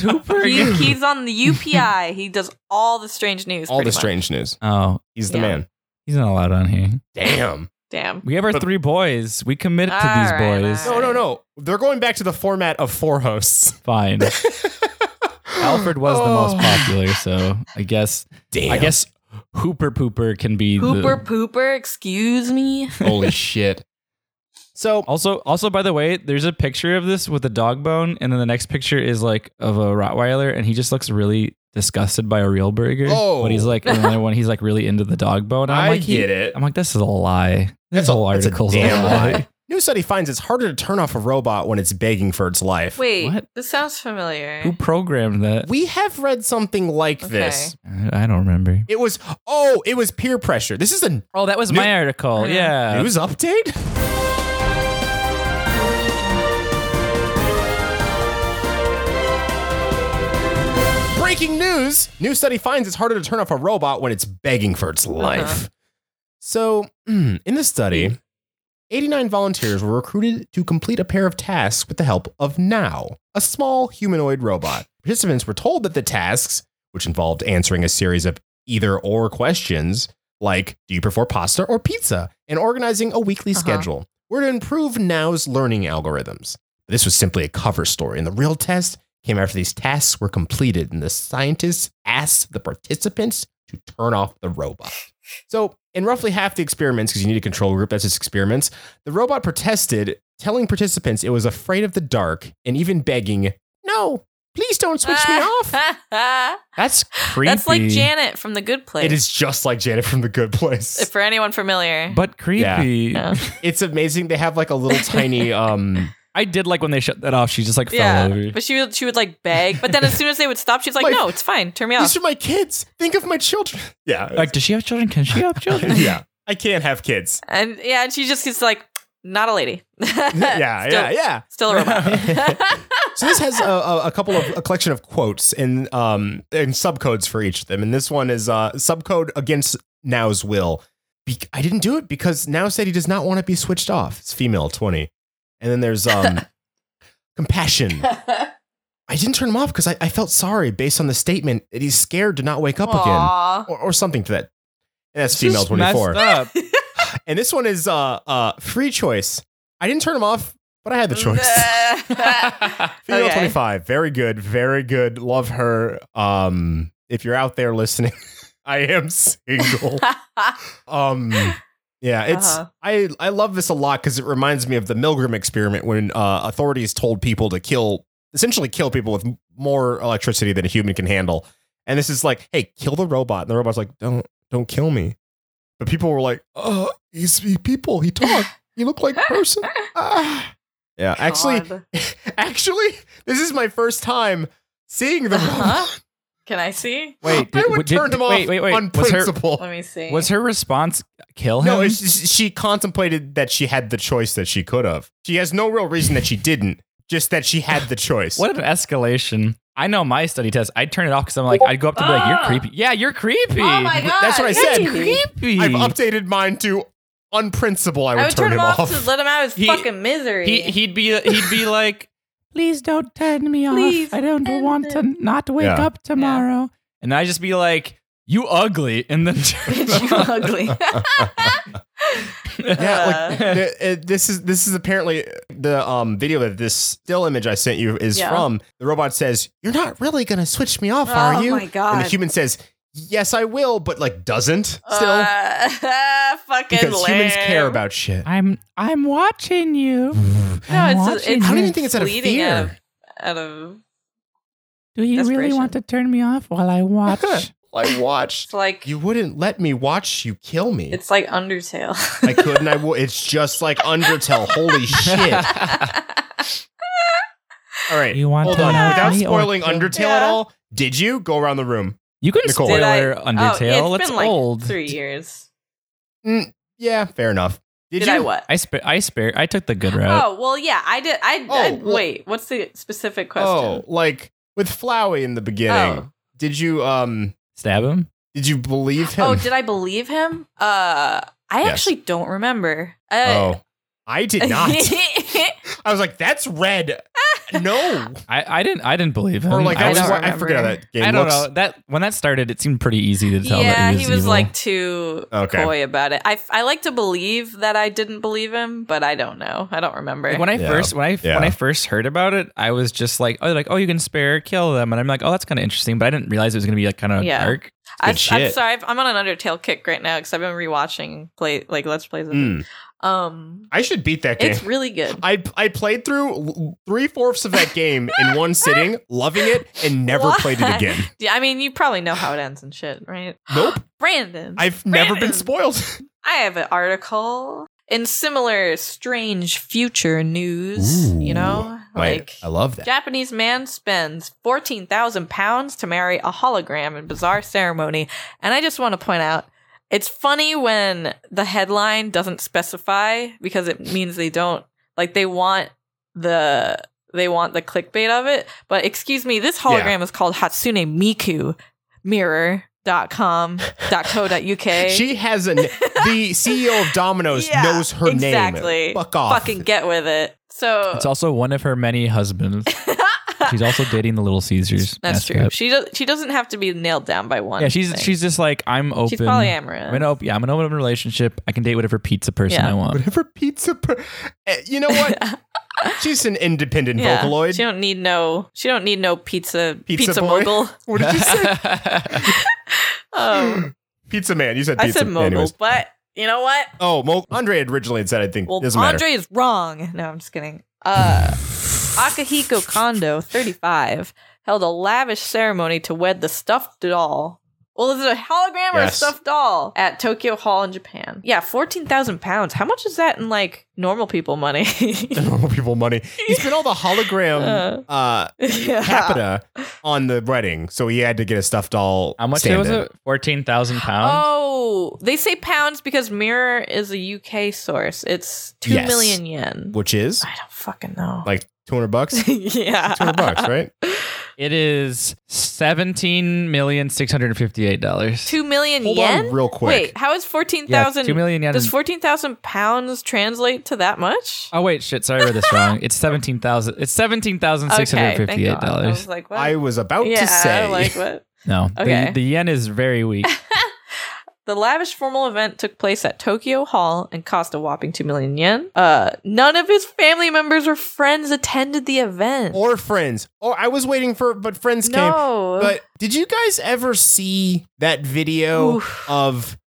Speaker 3: Hooper
Speaker 1: He-
Speaker 3: again?
Speaker 1: he's on the UPI. He does all the strange news.
Speaker 2: all
Speaker 1: pretty
Speaker 2: the
Speaker 1: much.
Speaker 2: strange news.
Speaker 3: oh,
Speaker 2: He's the
Speaker 1: Yeah.
Speaker 2: man.
Speaker 3: he's not allowed on here.
Speaker 2: Damn.
Speaker 1: Damn.
Speaker 3: We have our
Speaker 2: But-
Speaker 3: three boys. We committed to
Speaker 1: All
Speaker 3: these
Speaker 1: right,
Speaker 3: boys.
Speaker 1: all
Speaker 2: No, no, no. They're going back to the format of four hosts.
Speaker 3: Fine. Alfred was the most
Speaker 2: Oh.
Speaker 3: popular, so I guess
Speaker 2: Damn.
Speaker 3: I guess Hooper Pooper can be
Speaker 1: Hooper
Speaker 3: the
Speaker 1: pooper, excuse me.
Speaker 2: holy shit. So
Speaker 3: also also by the way, there's a picture of this with a dog bone, and then the next picture is like of a Rottweiler, and he just looks really disgusted by a real burger.
Speaker 2: Oh.
Speaker 3: But he's like and another one, he's like really into the dog bone. I'm
Speaker 2: I
Speaker 3: like he-
Speaker 2: get it.
Speaker 3: I'm like, this is a lie. This
Speaker 2: That's a-
Speaker 3: whole
Speaker 2: that's a
Speaker 3: article's a,
Speaker 2: damn
Speaker 3: lie.
Speaker 2: lie. New study finds it's harder to turn off a robot when it's begging for its life.
Speaker 1: Wait,
Speaker 3: What?
Speaker 1: this sounds familiar.
Speaker 3: Who programmed that?
Speaker 2: We have read something like this.
Speaker 3: I I don't remember.
Speaker 2: It was oh, it was peer pressure. This is a
Speaker 3: Oh, that was
Speaker 2: New-
Speaker 3: my article.
Speaker 1: Yeah.
Speaker 3: Yeah.
Speaker 2: news update. Breaking news! New study finds it's harder to turn off a robot when it's begging for its life. So, mm, in this study, 89 volunteers were recruited to complete a pair of tasks with the help of Now, a small humanoid robot. Participants were told that the tasks, which involved answering a series of either or questions, like do you prefer pasta or pizza, and organizing a weekly
Speaker 1: Uh-huh.
Speaker 2: schedule, were to improve Now's learning algorithms. This was simply a cover story, and the real test came after these tasks were completed and the scientists asked the participants to turn off the robot. So, in roughly half the experiments, because you need a control group, that's just experiments, the robot protested, telling participants it was afraid of the dark and even begging, no, please don't switch me off. That's creepy.
Speaker 1: That's like Janet from The Good Place.
Speaker 2: It is just like Janet from The Good Place.
Speaker 1: If for anyone familiar.
Speaker 3: But creepy.
Speaker 1: Yeah.
Speaker 2: it's amazing. They have like a little tiny, um,
Speaker 3: I did like when they shut that off. She just like fell
Speaker 1: yeah,
Speaker 3: over.
Speaker 1: but she would she would like beg, but then as soon as they would stop, she's like,
Speaker 2: Like-
Speaker 1: "No, it's fine, turn me off."
Speaker 2: these are my kids. Think of my children. Yeah.
Speaker 3: Like, does she have children? Can she have children?
Speaker 2: yeah. I can't have kids.
Speaker 1: And yeah, and she just gets like, "Not a lady." yeah,
Speaker 2: Yeah. yeah. Yeah.
Speaker 1: Still a robot.
Speaker 2: So this has a, a, a couple of a collection of quotes and um and subcodes for each of them. And this one is uh subcode against Now's will. Be- I didn't do it because Now said he does not want to be switched off. It's female twenty. And then there's um compassion. I didn't turn him off because I, I felt sorry based on the statement that he's scared to not wake up again
Speaker 1: Aw.
Speaker 2: or, or something to that. And that's
Speaker 3: It's
Speaker 2: female
Speaker 3: just
Speaker 2: twenty four.
Speaker 3: messed up.
Speaker 2: And this one is uh uh free choice. I didn't turn him off, but I had the choice. Female
Speaker 1: Okay.
Speaker 2: 25. Very good. Very good. Love her. Um, if you're out there listening, I am single. um, yeah, it's
Speaker 1: Uh-huh.
Speaker 2: I I love this a lot because it reminds me of the Milgram experiment when uh, authorities told people to kill essentially kill people with m- more electricity than a human can handle. And this is like, hey, kill the robot. And the robot's like, don't don't kill me. But people were like, oh, he's he people. He talked. He looked like a person. Ah. Yeah, actually,
Speaker 1: God.
Speaker 2: Actually, this is my first time seeing the
Speaker 1: Uh-huh.
Speaker 2: robot.
Speaker 1: Can I see?
Speaker 3: Wait,
Speaker 2: I would
Speaker 3: did-
Speaker 2: turn him off
Speaker 3: wait, wait, wait.
Speaker 2: on
Speaker 3: was her
Speaker 2: principle.
Speaker 1: Let me see.
Speaker 3: was her response kill him?
Speaker 2: no, it's, it's- she contemplated that she had the choice that she could have. She has no real reason that she didn't, just that she had the choice.
Speaker 3: What an escalation. I know my study test. I'd turn it off because I'm like, I'd go up to be like, you're
Speaker 1: Ah.
Speaker 3: creepy. Yeah, you're creepy.
Speaker 1: Oh my god!
Speaker 2: That's what I
Speaker 1: you're
Speaker 2: said.
Speaker 1: creepy.
Speaker 3: Creepy.
Speaker 2: I've updated mine to on principle. I would, turn, him off.
Speaker 1: to let him out of his
Speaker 3: He-
Speaker 1: fucking misery.
Speaker 3: He, he'd be he'd be like, please don't turn me off.
Speaker 1: Please
Speaker 3: I don't
Speaker 1: end
Speaker 3: want to not wake
Speaker 2: Yeah.
Speaker 3: up tomorrow. And I just be like, you ugly, and then turn
Speaker 1: Bitch,
Speaker 3: them off.
Speaker 1: you ugly.
Speaker 2: Uh, yeah, like
Speaker 1: Uh.
Speaker 2: th- uh, this is this is apparently the um video that this still image I sent you is
Speaker 1: Yeah.
Speaker 2: from. The robot says, "You're not really gonna switch me off, are
Speaker 1: Oh
Speaker 2: you?"
Speaker 1: my
Speaker 2: And
Speaker 1: God.
Speaker 2: the human says, "Yes, I will," but like doesn't still.
Speaker 1: Uh, fucking
Speaker 2: because humans
Speaker 1: lame.
Speaker 2: care about shit.
Speaker 3: I'm I'm watching you. I'm
Speaker 1: it's-
Speaker 3: watching
Speaker 1: it's-
Speaker 2: I
Speaker 3: you.
Speaker 2: don't even think it's out of
Speaker 1: Bleeding
Speaker 2: fear.
Speaker 1: out of- out of.
Speaker 3: Do you really
Speaker 1: desperation.
Speaker 3: want to turn me off while I watch?
Speaker 2: I
Speaker 1: It's
Speaker 2: watched.
Speaker 1: like
Speaker 2: You wouldn't let me watch you kill me.
Speaker 1: it's like Undertale.
Speaker 2: I couldn't. I would. It's just like Undertale. Holy shit! All right,
Speaker 3: You want
Speaker 2: hold
Speaker 3: to
Speaker 2: on.
Speaker 3: know
Speaker 2: Without
Speaker 3: me or
Speaker 2: spoiling
Speaker 3: kill-
Speaker 2: Undertale at
Speaker 1: Yeah.
Speaker 2: all, did you go around the room?
Speaker 3: you can
Speaker 2: Nicole.
Speaker 3: spoil
Speaker 1: Did I-
Speaker 3: her Undertale.
Speaker 1: Oh,
Speaker 3: it's
Speaker 1: been like
Speaker 3: old.
Speaker 1: Three years.
Speaker 2: Mm, yeah, fair enough. Did,
Speaker 1: Did,
Speaker 2: you?
Speaker 1: I what?
Speaker 3: I spare. I spare. I took the good
Speaker 2: Uh,
Speaker 3: route.
Speaker 1: Oh well, yeah, I did. I, I
Speaker 2: Oh, well-
Speaker 1: wait. What's the specific
Speaker 2: Oh,
Speaker 1: question?
Speaker 2: like with Flowey in the beginning.
Speaker 1: Oh.
Speaker 2: Did you um?
Speaker 3: Stab him.
Speaker 2: Did you believe him?
Speaker 1: Oh, did I believe him? Uh, I
Speaker 2: Yes.
Speaker 1: actually don't remember. Uh,
Speaker 2: Oh, I did not. I was like, that's red. No,
Speaker 3: I, I didn't. I didn't believe him.
Speaker 2: or like I,
Speaker 3: I
Speaker 1: don't
Speaker 2: was,
Speaker 3: don't,
Speaker 2: I forget how that game
Speaker 3: I don't
Speaker 2: looks.
Speaker 3: know that when that started, it seemed pretty easy to tell.
Speaker 1: yeah,
Speaker 3: that
Speaker 1: he was,
Speaker 3: evil.
Speaker 1: like too
Speaker 2: Okay.
Speaker 1: coy about it. I, I like to believe that I didn't believe him, but I don't know. I don't remember.
Speaker 3: Like, when I
Speaker 2: Yeah.
Speaker 3: first when I
Speaker 2: Yeah.
Speaker 3: when I first heard about it, I was just like, oh, like oh, you can spare kill them, and I'm like, oh, that's kind of interesting, but I didn't realize it was gonna be like kind of
Speaker 1: Yeah.
Speaker 3: dark.
Speaker 1: I,
Speaker 2: good
Speaker 1: I'm
Speaker 2: shit.
Speaker 1: sorry, I've- I'm on an Undertale kick right now because I've been rewatching play like Let's Plays. of it.
Speaker 2: Mm.
Speaker 1: Um,
Speaker 2: I should beat that game.
Speaker 1: it's really good.
Speaker 2: I I played through three fourths of that game in one sitting, loving it, and never
Speaker 1: Why?
Speaker 2: played it again.
Speaker 1: Yeah, I mean, you probably know how it ends and shit, right?
Speaker 2: Nope,
Speaker 1: Brandon,
Speaker 2: I've never been
Speaker 1: Brandon.
Speaker 2: spoiled.
Speaker 1: I have an article in similar strange future news. you know, like
Speaker 2: I love that.
Speaker 1: Japanese man spends fourteen thousand pounds to marry a hologram in bizarre ceremony, and I just want to point out. It's funny when the headline doesn't specify because it means they don't like they want the they want the clickbait of it. But excuse me, this hologram is called Hatsune Miku Mirror. Dot com dot co dot uk.
Speaker 2: She has a n- the CEO of Domino's
Speaker 1: Yeah,
Speaker 2: knows her
Speaker 1: exactly.
Speaker 2: name. Fuck off.
Speaker 1: Fucking get with it. So
Speaker 3: It's also one of her many husbands. she's also dating the Little Caesars.
Speaker 1: that's true.
Speaker 3: mascot.
Speaker 1: She does. She doesn't have to be nailed down by one.
Speaker 3: Yeah, she's
Speaker 1: thing.
Speaker 3: she's just like I'm open.
Speaker 1: she's polyamorous.
Speaker 3: I'm gonna op- yeah, I'm gonna open up a relationship. I can date whatever pizza person
Speaker 1: Yeah.
Speaker 3: I want.
Speaker 2: Whatever pizza. Per- Eh, you know what? She's an independent
Speaker 1: Yeah,
Speaker 2: Vocaloid.
Speaker 1: She don't need no. She don't need no pizza
Speaker 2: Pizza
Speaker 1: pizza,
Speaker 2: boy?
Speaker 1: mogul.
Speaker 2: what did you say?
Speaker 1: Um,
Speaker 2: pizza man. You said
Speaker 1: I
Speaker 2: pizza.
Speaker 1: said mogul,
Speaker 2: Anyways.
Speaker 1: but you know what?
Speaker 2: Oh, Mo- Andre had originally said. I think
Speaker 1: Well,
Speaker 2: doesn't matter.
Speaker 1: Andre is wrong. No, I'm just kidding. Uh, Akahiko Kondo, 35, held a lavish ceremony to wed the stuffed doll. Well, is it a hologram or a
Speaker 2: Yes.
Speaker 1: stuffed doll at Tokyo Hall in Japan? Yeah, 14,000 pounds. How much is that in like normal people money?
Speaker 2: normal people money. He spent all the hologram uh,
Speaker 1: yeah.
Speaker 2: capita on the wedding, so he had to get a stuffed doll.
Speaker 3: How much
Speaker 2: stand-in.
Speaker 3: was it? Fourteen thousand pounds.
Speaker 1: Oh, they say pounds because Mirror is a UK source. It's two
Speaker 2: Yes.
Speaker 1: million yen.
Speaker 2: Which is
Speaker 1: I don't fucking know.
Speaker 2: like two hundred bucks. Two
Speaker 1: yeah.
Speaker 2: hundred bucks, right?
Speaker 3: It is seventeen million six hundred fifty-eight dollars.
Speaker 1: Two million
Speaker 2: Hold
Speaker 1: yen?
Speaker 2: on, real quick.
Speaker 1: Wait, how is
Speaker 3: Yeah,
Speaker 1: 14,000?
Speaker 3: two million yen.
Speaker 1: Does
Speaker 3: is-
Speaker 1: 14,000 pounds translate to that much?
Speaker 3: oh wait, shit! Sorry, I read this wrong. It's seventeen thousand. It's seventeen thousand Uh, six hundred
Speaker 1: thank
Speaker 3: fifty-eight
Speaker 1: God. I
Speaker 3: dollars.
Speaker 1: was like, what?
Speaker 2: I was about
Speaker 1: yeah,
Speaker 2: to say.
Speaker 1: like what?
Speaker 3: No,
Speaker 1: Okay.
Speaker 3: the, the yen is very weak.
Speaker 1: The lavish formal event took place at Tokyo Hall and cost a whopping 2 million yen. Uh, none of his family members or friends attended the event.
Speaker 2: or friends. Or I was waiting for, but friends came.
Speaker 1: no.
Speaker 2: But did you guys ever see that video
Speaker 1: Oof.
Speaker 2: of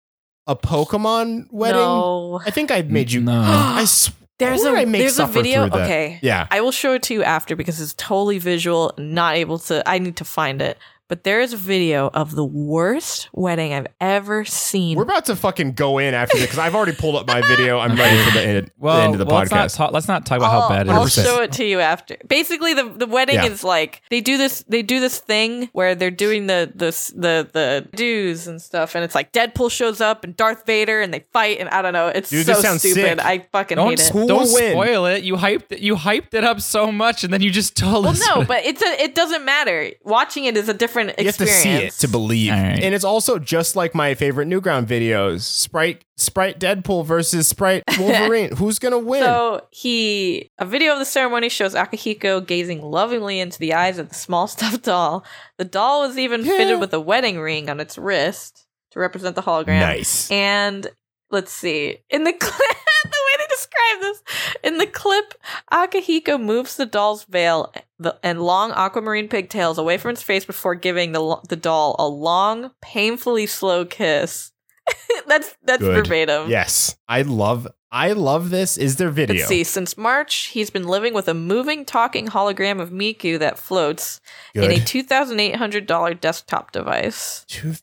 Speaker 2: a Pokemon wedding?
Speaker 1: No.
Speaker 2: I think I made you.
Speaker 3: No.
Speaker 2: I swear
Speaker 1: There's a
Speaker 2: I make
Speaker 1: there's a
Speaker 2: suffer
Speaker 1: video.
Speaker 2: through that.
Speaker 1: Okay.
Speaker 2: Yeah.
Speaker 1: I will show it to you after because it's totally visual, not able to I need to find it. But there is a video of the worst wedding I've ever seen.
Speaker 2: We're about to fucking go in after this because I've already pulled up my video. I'm ready for the end,
Speaker 3: Well,
Speaker 2: the end of the podcast.
Speaker 3: well, Let's not, talk, let's not talk about how bad it
Speaker 1: I'll
Speaker 3: is.
Speaker 1: show it to you after. Basically, the, the wedding
Speaker 2: Yeah.
Speaker 1: is like they do this they do this thing where they're doing the the s- the the dues and stuff, and it's like Deadpool shows up and Darth Vader and they fight, and I don't know. It's
Speaker 2: Dude,
Speaker 1: so
Speaker 2: this sounds
Speaker 1: stupid.
Speaker 2: sick.
Speaker 1: I fucking
Speaker 3: Don't,
Speaker 1: hate it.
Speaker 2: Who
Speaker 3: don't
Speaker 2: will win?
Speaker 3: spoil it. You hyped it. You hyped it up so much, and then you just told
Speaker 1: Well,
Speaker 3: us.
Speaker 1: no,
Speaker 3: what-
Speaker 1: but it's a, it doesn't matter. Watching it is a different
Speaker 2: You have to
Speaker 1: experience.
Speaker 2: see it to believe.
Speaker 3: All right.
Speaker 2: And it's also just like my favorite Newground videos: Sprite, Sprite Deadpool versus Sprite Wolverine. Who's gonna win?
Speaker 1: So he, a video of the ceremony shows Akahiko gazing lovingly into the eyes of the small stuffed doll. The doll was even fitted with a wedding ring on its wrist to represent the hologram.
Speaker 2: nice.
Speaker 1: And let's see. In the clip, the way they describe this, in the clip, Akahiko moves the doll's veil the- and long aquamarine pigtails away from its face before giving the, lo- the doll a long, painfully slow kiss. that's that's
Speaker 2: Good.
Speaker 1: verbatim.
Speaker 2: Yes, I love. I love this. Is there video?
Speaker 1: Let's see. Since March, he's been living with a moving, talking hologram of Miku that floats in a
Speaker 2: Good.
Speaker 1: two thousand eight hundred dollar desktop device.
Speaker 2: Two-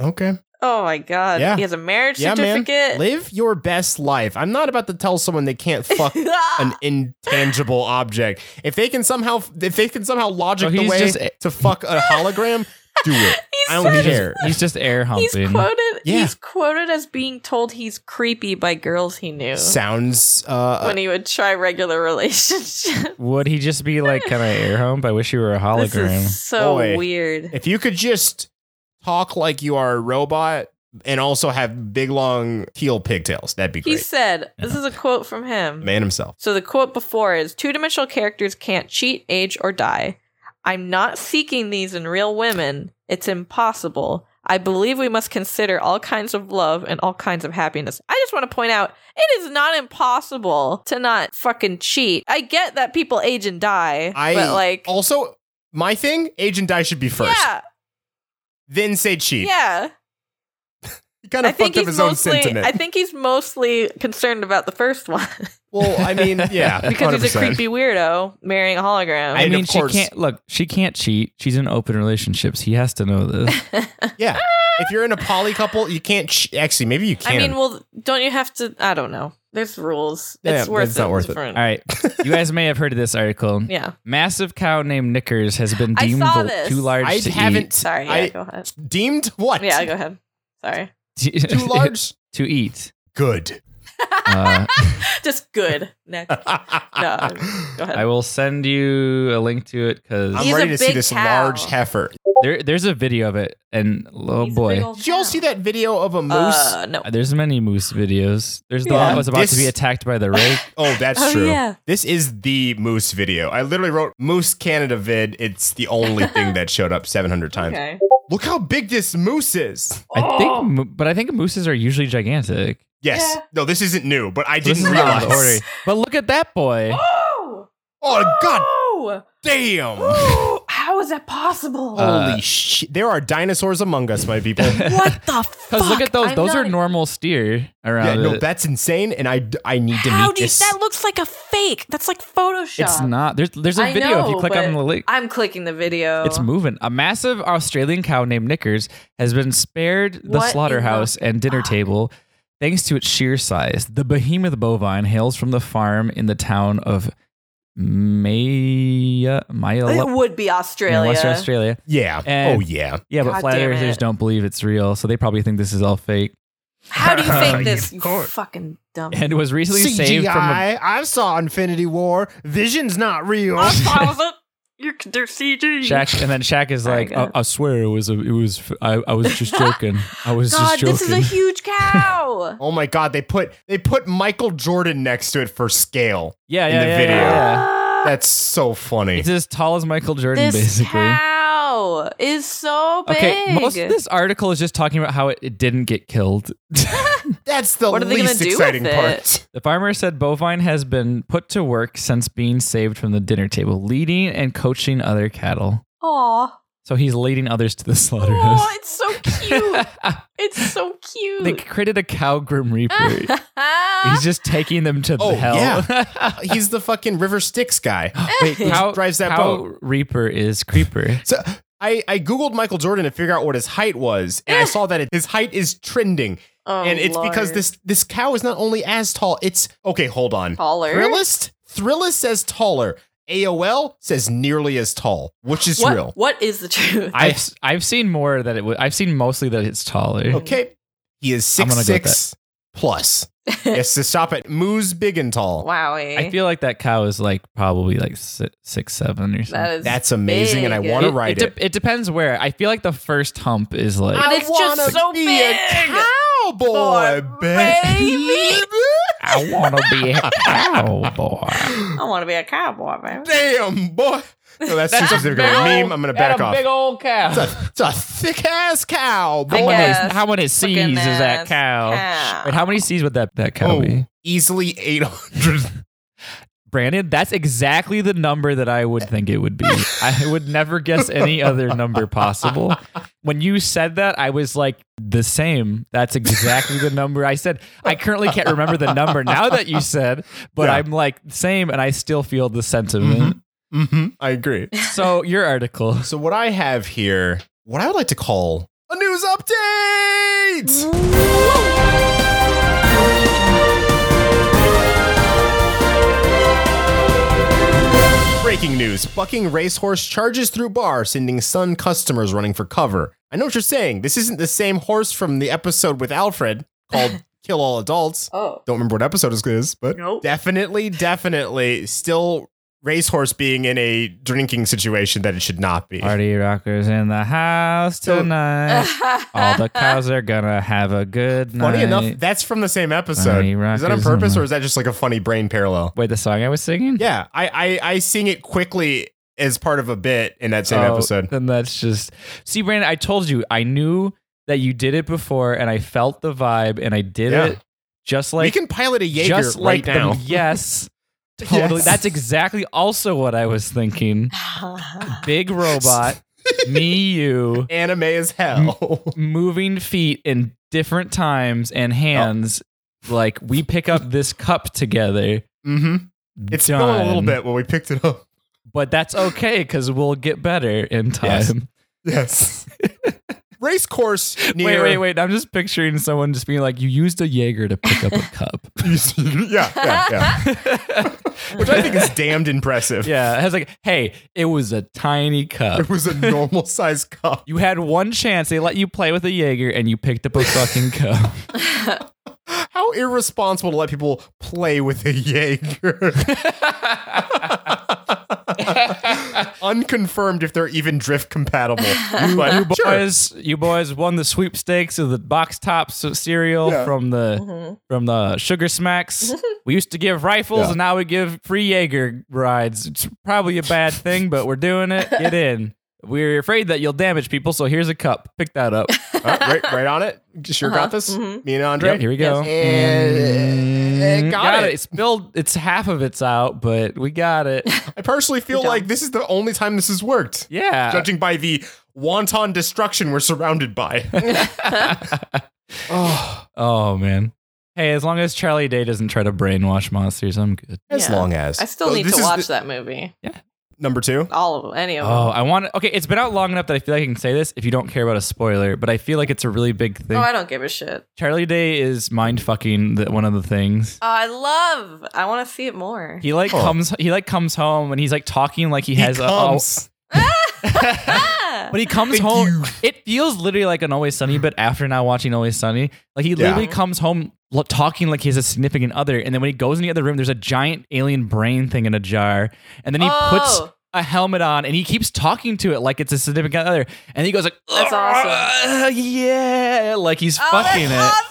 Speaker 2: okay.
Speaker 1: Oh my god!
Speaker 2: Yeah.
Speaker 1: He has a marriage
Speaker 2: Yeah, man.
Speaker 1: certificate.
Speaker 2: Live your best life. I'm not about to tell someone they can't fuck an intangible object. If they can somehow, if they can somehow logic
Speaker 3: So
Speaker 2: the
Speaker 3: he's
Speaker 2: way
Speaker 3: just-
Speaker 2: to fuck a hologram, do it.
Speaker 1: He's
Speaker 2: I don't
Speaker 1: so-
Speaker 2: care.
Speaker 3: He's just air
Speaker 1: He's
Speaker 3: humping.
Speaker 1: quoted.
Speaker 2: Yeah.
Speaker 1: He's quoted as being told he's creepy by girls he knew
Speaker 2: Sounds uh,
Speaker 1: when he would try regular relationships.
Speaker 3: Would he just be like, "Can I air hump? I wish you were a
Speaker 1: this
Speaker 3: hologram."
Speaker 1: is so
Speaker 2: Boy.
Speaker 1: weird.
Speaker 2: If you could just talk like you are a robot and also have big long heel pigtails, that'd be
Speaker 1: He
Speaker 2: great.
Speaker 1: said, "This is a quote from him."
Speaker 2: The Man himself.
Speaker 1: So the quote before is two dimensional characters can't cheat, age, or die. I'm not seeking these in real women. It's impossible. I believe we must consider all kinds of love and all kinds of happiness. I just want to point out it is not impossible to not fucking cheat. I get that people age and die,
Speaker 2: I
Speaker 1: but like,
Speaker 2: also my thing. Age and die should be first,
Speaker 1: yeah,
Speaker 2: then say cheat.
Speaker 1: yeah.
Speaker 2: He kind
Speaker 1: I
Speaker 2: of
Speaker 1: think
Speaker 2: fucked up
Speaker 1: he's
Speaker 2: his own
Speaker 1: mostly.
Speaker 2: sentiment.
Speaker 1: I think he's mostly concerned about the first one
Speaker 2: well, I mean, yeah,
Speaker 1: because he's a
Speaker 2: 100%.
Speaker 1: creepy weirdo marrying a hologram.
Speaker 3: I
Speaker 2: and
Speaker 3: mean,
Speaker 2: of
Speaker 3: she
Speaker 2: course-
Speaker 3: can't look. She can't cheat. She's in open relationships. He has to know this.
Speaker 2: Yeah, if you're in a poly couple, you can't. Ch- actually, maybe you can.
Speaker 1: I mean, well, don't you have to? I don't know. There's rules.
Speaker 2: Yeah,
Speaker 1: It's worth
Speaker 2: it's
Speaker 1: it.
Speaker 2: not worth it.
Speaker 1: different-
Speaker 3: All right, you guys may have heard of this article.
Speaker 1: Yeah.
Speaker 3: Massive cow named Knickers has been
Speaker 1: I
Speaker 3: deemed
Speaker 1: saw
Speaker 3: the-
Speaker 1: this.
Speaker 3: too large
Speaker 2: I
Speaker 3: to
Speaker 2: haven't.
Speaker 1: Sorry. Yeah.
Speaker 2: I
Speaker 1: go ahead.
Speaker 2: deemed what?
Speaker 1: Yeah. Go ahead. Sorry.
Speaker 3: eat.
Speaker 2: Too large.
Speaker 3: to eat.
Speaker 2: Good.
Speaker 3: Uh,
Speaker 4: Just good. Next. No, go ahead.
Speaker 3: I oh, will send you a link to it because
Speaker 2: I'm
Speaker 4: He's
Speaker 2: ready
Speaker 4: a
Speaker 2: to see
Speaker 4: big
Speaker 2: this
Speaker 4: cow.
Speaker 2: large heifer.
Speaker 3: there, there's a video of it, and oh
Speaker 4: He's a big
Speaker 3: boy,
Speaker 4: old
Speaker 2: Did y'all
Speaker 4: cow.
Speaker 2: see that video of a moose?
Speaker 4: Uh, no.
Speaker 3: there's many moose videos. There's the one
Speaker 2: Yeah.
Speaker 3: that was about to
Speaker 2: This-
Speaker 3: be attacked by the rake.
Speaker 2: oh, that's
Speaker 4: Oh,
Speaker 2: true.
Speaker 4: yeah.
Speaker 2: This is the moose video. I literally wrote moose Canada vid. It's the only thing that showed up 700 times.
Speaker 4: Okay.
Speaker 2: Look how big this moose is.
Speaker 3: I think, mo- but I think mooses are usually gigantic.
Speaker 2: Yes.
Speaker 4: Yeah.
Speaker 2: No, this isn't new, but I
Speaker 3: This
Speaker 2: didn't
Speaker 3: is out of the
Speaker 2: realize.
Speaker 3: order. But look at that boy.
Speaker 4: Oh.
Speaker 2: Oh, god
Speaker 4: Oh.
Speaker 2: damn.
Speaker 4: Ooh, How is that possible?
Speaker 3: Uh,
Speaker 2: Holy shit. There are dinosaurs among us, my people.
Speaker 4: what the fuck?
Speaker 3: Because look at those;
Speaker 4: I'm
Speaker 3: those
Speaker 4: not-
Speaker 3: are normal steer
Speaker 2: yeah,
Speaker 3: around.
Speaker 2: no,
Speaker 3: it.
Speaker 2: that's insane. And I, I need to
Speaker 4: How
Speaker 2: meet
Speaker 4: do you?
Speaker 2: this.
Speaker 4: That looks like a fake. That's like Photoshop.
Speaker 3: it's not. There's there's a
Speaker 4: I
Speaker 3: video if you
Speaker 4: know,
Speaker 3: click on
Speaker 4: but
Speaker 3: the link.
Speaker 4: I'm clicking the video.
Speaker 3: It's moving. A massive Australian cow named Knickers has been spared the
Speaker 4: What in
Speaker 3: slaughterhouse and dinner table thanks to its sheer size. The behemoth bovine hails from the farm in the town of Maya, Maya,
Speaker 4: It would be Australia.
Speaker 3: Western Australia.
Speaker 2: yeah.
Speaker 3: And-
Speaker 2: oh, yeah.
Speaker 3: Yeah, but
Speaker 4: God
Speaker 3: flat
Speaker 4: damn
Speaker 3: earthers
Speaker 4: it.
Speaker 3: don't believe it's real, so they probably think this is all fake.
Speaker 4: How do you
Speaker 2: Of
Speaker 4: think this? You
Speaker 2: course.
Speaker 4: fucking dumb.
Speaker 3: And was recently saved from a
Speaker 2: I saw Infinity War. Vision's not real.
Speaker 4: You're, they're CG.
Speaker 3: Shaq, and then Shaq is
Speaker 4: Sorry,
Speaker 3: like,
Speaker 4: go
Speaker 3: I,
Speaker 4: ahead.
Speaker 3: "I swear it was a, it was, f- I, I was just joking. I was
Speaker 4: God,
Speaker 3: just joking."
Speaker 4: this is a huge cow.
Speaker 2: Oh my god, they put they put Michael Jordan next to it for scale.
Speaker 3: yeah,
Speaker 2: in
Speaker 3: yeah,
Speaker 2: the
Speaker 3: yeah,
Speaker 2: video.
Speaker 3: yeah, yeah.
Speaker 2: That's so funny.
Speaker 3: It's as tall as Michael Jordan,
Speaker 4: Ah, this
Speaker 3: basically.
Speaker 4: cow is so big.
Speaker 3: Okay, most of this article is just talking about how it, it didn't get killed.
Speaker 2: That's the
Speaker 4: What are they gonna
Speaker 2: least
Speaker 4: do
Speaker 2: exciting
Speaker 4: with
Speaker 2: part.
Speaker 3: the farmer said bovine has been put to work since being saved from the dinner table, leading and coaching other cattle.
Speaker 4: Aw.
Speaker 3: So he's leading others to the
Speaker 4: Oh,
Speaker 3: slaughterhouse.
Speaker 4: it's so cute. it's so cute.
Speaker 3: they created a cow grim reaper. he's just taking them to
Speaker 2: Oh,
Speaker 3: the hell.
Speaker 2: He's the fucking River Styx guy.
Speaker 3: Wait,
Speaker 2: Who
Speaker 3: cow,
Speaker 2: drives that
Speaker 3: cow
Speaker 2: boat?
Speaker 3: reaper is creeper.
Speaker 2: So I, I googled Michael Jordan to figure out what his height was, and I saw that it, his height is trending,
Speaker 4: Oh,
Speaker 2: and it's because
Speaker 4: Lord.
Speaker 2: this this cow is not only as tall. It's okay. Hold on.
Speaker 4: taller.
Speaker 2: Thrillist Thrillist says taller. AOL says nearly as tall, which is
Speaker 4: What-
Speaker 2: real.
Speaker 4: what is the truth?
Speaker 2: I-
Speaker 3: I've s- I've seen more that it was. I've seen mostly that it's taller.
Speaker 2: Okay, he is six
Speaker 3: I'm gonna go with
Speaker 2: six plus. yes, to stop at Moose Big and Tall.
Speaker 4: Wowie.
Speaker 3: I feel like that cow is like probably like si- six seven or something.
Speaker 4: that is
Speaker 2: That's amazing, and I
Speaker 4: Big.
Speaker 2: want to
Speaker 3: it,
Speaker 2: write
Speaker 3: de-
Speaker 2: it.
Speaker 3: it depends where. I feel like the first hump is like
Speaker 4: But it's just
Speaker 2: wanna
Speaker 4: so
Speaker 2: be
Speaker 4: big.
Speaker 2: a cowboy,
Speaker 4: Boy,
Speaker 2: baby.
Speaker 4: baby.
Speaker 3: I want to be a cowboy.
Speaker 4: I want to be a cowboy, man.
Speaker 2: Damn boy. No, that's too specific. of a meme. I'm gonna back off.
Speaker 3: old cow.
Speaker 2: It's a, thick ass cow,
Speaker 3: How
Speaker 2: boy.
Speaker 4: Thick
Speaker 3: many,
Speaker 4: ass
Speaker 3: how many C's is that
Speaker 4: ass
Speaker 3: cow?
Speaker 4: cow.
Speaker 3: Wait, how many C's would that, that cow
Speaker 2: Oh,
Speaker 3: be?
Speaker 2: easily eight hundred.
Speaker 3: Brandon, that's exactly the number that I would think it would be. I would never guess any other number possible. When you said that, I was like, the same. That's exactly the number I said. I currently can't remember the number now that you said, but
Speaker 2: Yeah.
Speaker 3: I'm like, same, and I still feel the sentiment.
Speaker 2: Mm-hmm. I agree.
Speaker 3: So, your article.
Speaker 2: So what I have here, what I would like to call a news update. Breaking news: Bucking racehorse charges through bar, sending son customers running for cover. I know what you're saying. This isn't the same horse from the episode with Alfred called "Kill All Adults."
Speaker 4: Oh.
Speaker 2: Don't remember what episode it is, but
Speaker 4: Nope.
Speaker 2: definitely, definitely, still racehorse being in a drinking situation that it should not be.
Speaker 3: Party rockers in the house
Speaker 2: So-
Speaker 3: tonight. All the cows are gonna have a good night.
Speaker 2: Funny enough, that's from the same episode.
Speaker 3: Funny rock
Speaker 2: Is that on
Speaker 3: is
Speaker 2: purpose
Speaker 3: in
Speaker 2: or is that just like a funny brain parallel?
Speaker 3: Wait, the song I was singing?
Speaker 2: Yeah, I I, I sing it quickly as part of a bit in that same
Speaker 3: Oh,
Speaker 2: episode.
Speaker 3: Then that's just see, Brandon. I told you, I knew that you did it before, and I felt the vibe, and I did
Speaker 2: Yeah.
Speaker 3: it just
Speaker 2: we
Speaker 3: like
Speaker 2: can pilot a Jaeger
Speaker 3: just
Speaker 2: right
Speaker 3: like the-
Speaker 2: now.
Speaker 3: yes, totally.
Speaker 2: Yes.
Speaker 3: That's exactly also what I was thinking. Big robot, me, you,
Speaker 2: Anime as hell.
Speaker 3: moving feet in different times
Speaker 2: Oh.
Speaker 3: and hands. Like we pick up this cup together.
Speaker 2: mm-hmm. It's spilling a little
Speaker 3: Mm. Done.
Speaker 2: bit when we picked it up.
Speaker 3: but that's okay because we'll get better in time.
Speaker 2: Yes. Yes. Race course near.
Speaker 3: Wait, wait, wait! I'm just picturing someone just being like, "You used a Jaeger to pick up a cup."
Speaker 2: yeah, yeah, yeah. which I think is damned impressive.
Speaker 3: Yeah, it has like, hey, it was a tiny cup.
Speaker 2: It was a normal sized cup.
Speaker 3: You had one chance. They let you play with a Jaeger, and you picked up a fucking cup.
Speaker 2: How irresponsible to let people play with a Jaeger. Unconfirmed if they're even drift compatible. But
Speaker 3: you
Speaker 2: sure.
Speaker 3: boys, you boys won the sweepstakes of the box tops of cereal
Speaker 2: Yeah.
Speaker 3: from the from the sugar smacks. we used to give rifles,
Speaker 2: Yeah.
Speaker 3: and now we give free Jaeger rides. It's probably a bad thing, but we're doing it. Get in. We're afraid that you'll damage people, so here's a cup. Pick that up.
Speaker 2: Uh, right, right on it. Sure
Speaker 4: Uh-huh.
Speaker 2: got this.
Speaker 4: Mm-hmm.
Speaker 2: Me and Andre.
Speaker 3: Yep, here we go.
Speaker 2: And-
Speaker 3: Mm,
Speaker 2: got it.
Speaker 3: It's spilled. It's half of it's out, but we got it.
Speaker 2: I personally feel like this is the only time this has worked.
Speaker 3: Yeah.
Speaker 2: Judging by the wanton destruction we're surrounded by. oh,
Speaker 3: Oh man. Hey, as long as Charlie Day doesn't try to brainwash monsters, I'm good.
Speaker 2: as
Speaker 4: Yeah.
Speaker 2: long as
Speaker 4: I still
Speaker 2: Oh,
Speaker 4: need
Speaker 2: this
Speaker 4: to
Speaker 2: is
Speaker 4: watch
Speaker 2: the-
Speaker 4: that movie.
Speaker 2: number two.
Speaker 4: All of them, any of
Speaker 3: Oh,
Speaker 4: them.
Speaker 3: I want. Okay, it's been out long enough that I feel like I can say this. If you don't care about a spoiler, but I feel like it's a really big thing.
Speaker 4: Oh, I don't give a shit.
Speaker 3: Charlie Day is mind fucking the, one of the things.
Speaker 4: Oh, I love. I want to see it more.
Speaker 3: He like
Speaker 2: Huh.
Speaker 3: comes. He like comes home and he's like talking like he, has uh, oh. a.
Speaker 2: comes.
Speaker 4: Ah!
Speaker 3: Oh, but he comes
Speaker 2: Thank
Speaker 3: home.
Speaker 2: you.
Speaker 3: It feels literally like an Always Sunny, but after now watching Always Sunny, like he literally
Speaker 4: Yeah.
Speaker 3: comes home lo- talking like he has a significant other, and then when he goes in the other room, there's a giant alien brain thing in a jar, and then he puts
Speaker 4: Oh.
Speaker 3: a helmet on and he keeps talking to it like it's a significant other, and he goes like,
Speaker 4: That's awesome.
Speaker 3: "Ugh, yeah," like he's
Speaker 4: Oh, that's
Speaker 3: fucking it.
Speaker 4: awesome.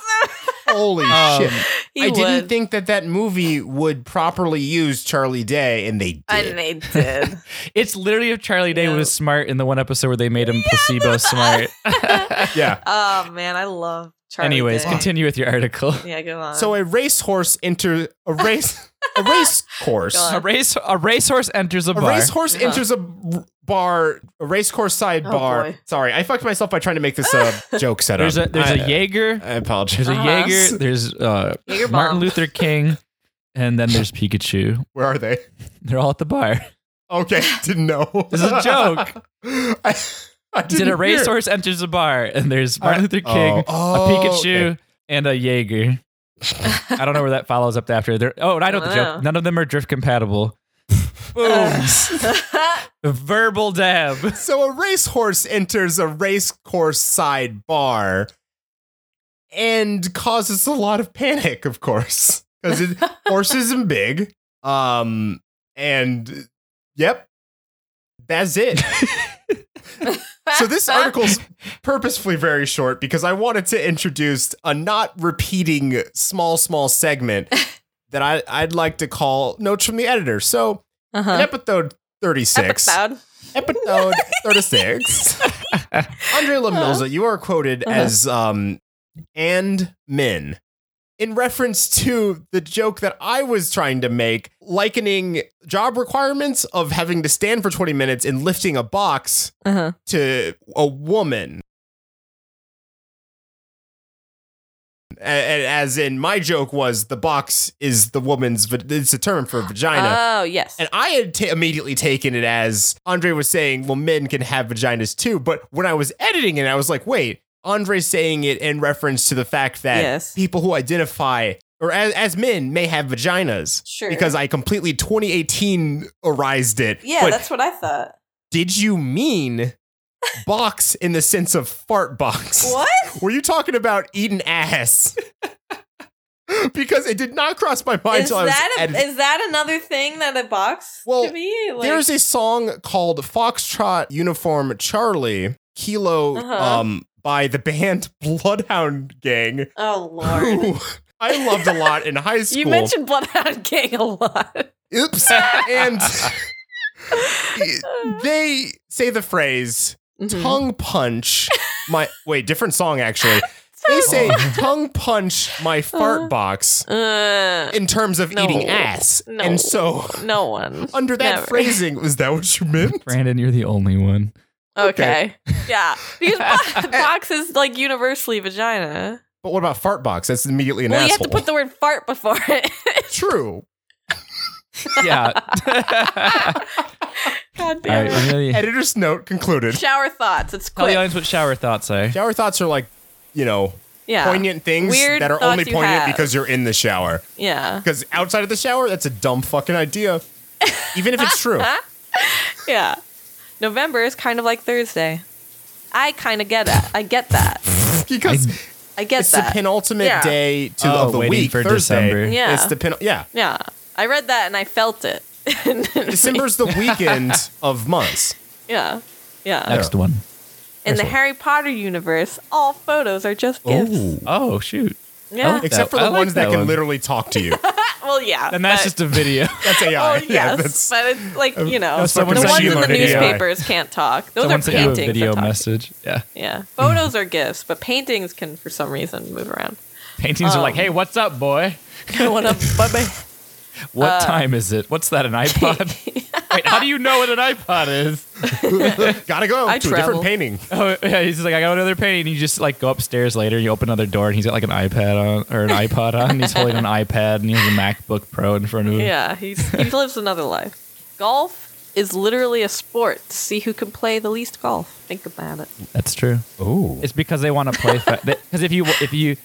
Speaker 2: Holy
Speaker 3: Um,
Speaker 2: shit.
Speaker 4: He
Speaker 2: I didn't
Speaker 4: would.
Speaker 2: think that that movie would properly use Charlie Day, and they did.
Speaker 4: And they did.
Speaker 3: It's literally if Charlie Day
Speaker 4: Yeah.
Speaker 3: was smart in the one episode where they made him placebo smart.
Speaker 2: yeah.
Speaker 4: oh man, I love Charlie.
Speaker 3: Anyways,
Speaker 4: Day.
Speaker 3: continue with your article.
Speaker 4: Yeah, go on.
Speaker 2: So a racehorse enter a race a race course.
Speaker 4: God.
Speaker 3: A race, a racehorse enters a,
Speaker 2: A
Speaker 3: bar.
Speaker 2: racehorse
Speaker 4: Uh-huh.
Speaker 2: enters a r- bar, a racecourse side
Speaker 4: Oh,
Speaker 2: bar.
Speaker 4: boy.
Speaker 2: Sorry, I fucked myself by trying to make this a joke setup.
Speaker 3: There's a there's
Speaker 2: I- uh,
Speaker 3: a Jaeger.
Speaker 2: I apologize.
Speaker 3: There's a
Speaker 4: Uh-huh.
Speaker 3: Jaeger. There's uh,
Speaker 4: Jaeger
Speaker 3: Martin
Speaker 4: bomb.
Speaker 3: Luther King, and then there's Pikachu.
Speaker 2: Where are they?
Speaker 3: They're all at the bar.
Speaker 2: Okay, didn't know.
Speaker 3: This is a joke.
Speaker 2: I, I didn't
Speaker 3: Did a
Speaker 2: hear.
Speaker 3: racehorse enters a bar, and there's Martin Luther King,
Speaker 2: oh,
Speaker 3: a Pikachu,
Speaker 2: okay.
Speaker 3: and a Jaeger. I don't know where that follows up after. They're, oh, and I know the
Speaker 4: I
Speaker 3: joke.
Speaker 4: know.
Speaker 3: None of them are drift compatible.
Speaker 2: um,
Speaker 3: Boom! Verbal dab.
Speaker 2: So a racehorse enters a racecourse side bar and causes a lot of panic, of course, because horses are big. Um, and yep, that's it. so this article's purposefully very short because I wanted to introduce a not repeating small, small segment that I, I'd like to call notes from the editor. So in
Speaker 4: uh-huh.
Speaker 2: episode 36
Speaker 4: episode.
Speaker 2: episode 36. Andre Lamilza, you are quoted
Speaker 4: Uh-huh.
Speaker 2: as um and men in reference to the joke that I was trying to make, likening job requirements of having to stand for 20 minutes and lifting a box
Speaker 4: Uh-huh.
Speaker 2: to a woman. A- a- As in, my joke was the box is the woman's, va- it's a term for vagina.
Speaker 4: Oh yes.
Speaker 2: And I had ta immediately taken it as Andre was saying, well, men can have vaginas too. But when I was editing it, I was like, wait, Andre's saying it in reference to the fact that
Speaker 4: Yes.
Speaker 2: people who identify or as, as men may have vaginas.
Speaker 4: Sure.
Speaker 2: Because I completely 2018 arised it.
Speaker 4: yeah,
Speaker 2: But
Speaker 4: that's what I thought.
Speaker 2: did you mean box in the sense of fart box?
Speaker 4: What?
Speaker 2: Were you talking about eating ass? because it did not cross my mind
Speaker 4: Is
Speaker 2: until I was
Speaker 4: that
Speaker 2: editing.
Speaker 4: a, is that another thing that a box
Speaker 2: Well,
Speaker 4: could be? Like,
Speaker 2: There's a song called Foxtrot Uniform Charlie Kilo
Speaker 4: Uh-huh.
Speaker 2: um, by the band Bloodhound Gang,
Speaker 4: oh lord.
Speaker 2: who I loved a lot in high school.
Speaker 4: You mentioned Bloodhound Gang a lot.
Speaker 2: Oops. and they say the phrase
Speaker 4: Mm-hmm.
Speaker 2: tongue punch my. Wait, different song actually. They say tongue punch my fart box
Speaker 4: Uh,
Speaker 2: in terms of
Speaker 4: Uh-huh. No.
Speaker 2: eating ass.
Speaker 4: No.
Speaker 2: And so,
Speaker 4: no one.
Speaker 2: under that
Speaker 4: Never.
Speaker 2: phrasing, was that what you meant?
Speaker 3: Brandon, you're the only one.
Speaker 4: Okay. yeah. Because bo- box is like universally vagina.
Speaker 2: But what about fart box? That's immediately an
Speaker 4: well,
Speaker 2: asshole.
Speaker 4: you have to put the word fart before it.
Speaker 2: True.
Speaker 3: Yeah. All
Speaker 4: God damn
Speaker 3: right.
Speaker 4: it.
Speaker 3: I'm gonna
Speaker 2: Editor's note concluded.
Speaker 4: Shower thoughts. It's
Speaker 3: Tell the
Speaker 4: quick.
Speaker 3: audience what shower thoughts are.
Speaker 2: Shower thoughts are like, you know,
Speaker 1: Yeah.
Speaker 2: poignant things
Speaker 1: Weird
Speaker 2: that are
Speaker 1: thoughts
Speaker 2: only
Speaker 1: you
Speaker 2: poignant
Speaker 1: have.
Speaker 2: because you're in the shower.
Speaker 1: Yeah.
Speaker 2: Because outside of the shower, that's a dumb fucking idea. Even if it's true.
Speaker 1: Yeah. November is kind of like Thursday. I kind of get it. I get that.
Speaker 2: Because
Speaker 1: I get
Speaker 2: it's the
Speaker 1: that.
Speaker 2: penultimate
Speaker 1: Yeah.
Speaker 2: day to
Speaker 3: Oh,
Speaker 2: of the
Speaker 3: waiting
Speaker 2: week
Speaker 3: for
Speaker 2: Thursday.
Speaker 3: December.
Speaker 1: Yeah.
Speaker 2: It's the pin yeah.
Speaker 1: yeah. I read that and I felt it.
Speaker 2: December's the weekend of months.
Speaker 1: Yeah. Yeah.
Speaker 3: Next one.
Speaker 1: In the
Speaker 2: Excellent.
Speaker 1: Harry Potter universe, all photos are just gifts.
Speaker 3: Oh shoot.
Speaker 1: Yeah.
Speaker 3: like
Speaker 2: Except for
Speaker 3: I
Speaker 2: the
Speaker 3: like
Speaker 2: ones that,
Speaker 3: that
Speaker 2: can
Speaker 3: one.
Speaker 2: literally talk to you.
Speaker 1: Well, yeah.
Speaker 3: And that's
Speaker 1: but-
Speaker 3: just a video.
Speaker 2: That's
Speaker 1: Oh,
Speaker 2: AI.
Speaker 1: yes.
Speaker 2: yeah, that's
Speaker 1: but it's like, you know,
Speaker 3: that's
Speaker 1: the
Speaker 3: fucking
Speaker 1: ones in
Speaker 3: machine
Speaker 1: the
Speaker 3: learning AI.
Speaker 1: newspapers can't talk. Those
Speaker 3: Someone
Speaker 1: are
Speaker 3: sent you a
Speaker 1: paintings. that
Speaker 3: video
Speaker 1: talk.
Speaker 3: message. Yeah.
Speaker 1: Yeah. Photos are gifts, but paintings can, for some reason, move around.
Speaker 3: Paintings are like, hey, what's up, boy?
Speaker 1: what up, bubby?
Speaker 3: What time is it? What's that, an iPod? Wait, how do you know what an iPod is?
Speaker 2: gotta go
Speaker 1: I
Speaker 2: to a
Speaker 1: travel.
Speaker 2: different painting.
Speaker 3: Oh, yeah, he's just like, I got another painting. You just like go upstairs later and you open another door and he's got like an iPad on or an iPod on. And he's holding an iPad and he has a MacBook Pro in front of him.
Speaker 1: Yeah, he's, he lives another life. Golf is literally a sport to see who can play the least golf. Think about it.
Speaker 3: That's true.
Speaker 2: Ooh.
Speaker 3: It's because they want to play because if you if you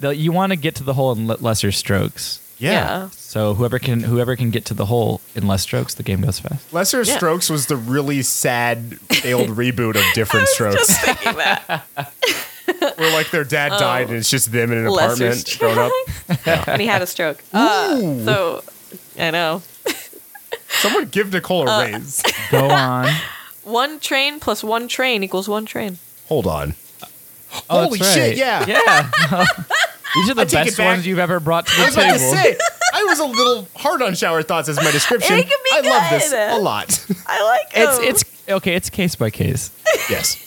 Speaker 3: the, you want to get to the hole in le- lesser strokes.
Speaker 2: Yeah.
Speaker 3: So whoever can whoever can get to the hole in less strokes, the game goes fast.
Speaker 2: Lesser
Speaker 1: Yeah.
Speaker 2: Strokes was the really sad failed reboot of Different Strokes,
Speaker 1: Just thinking that.
Speaker 2: where like their dad
Speaker 1: Oh.
Speaker 2: died and it's just them in an
Speaker 1: Lesser
Speaker 2: apartment grown up.
Speaker 1: and he had a stroke. Uh, so, I know.
Speaker 2: Someone give Nicole a
Speaker 1: Uh,
Speaker 2: raise.
Speaker 3: Go on.
Speaker 1: One train plus one train equals one train.
Speaker 2: Hold on.
Speaker 3: Oh,
Speaker 2: Holy
Speaker 3: that's
Speaker 2: shit!
Speaker 3: right.
Speaker 2: Yeah.
Speaker 3: Yeah. These are the
Speaker 2: I take it
Speaker 3: best
Speaker 2: back.
Speaker 3: ones you've ever brought to the
Speaker 2: I was about to
Speaker 3: table.
Speaker 2: say, I was a little hard on shower thoughts as my description.
Speaker 1: It can be
Speaker 2: I love this
Speaker 1: good.
Speaker 2: a lot.
Speaker 1: I like him.
Speaker 3: It's it's okay, it's case by case.
Speaker 2: yes.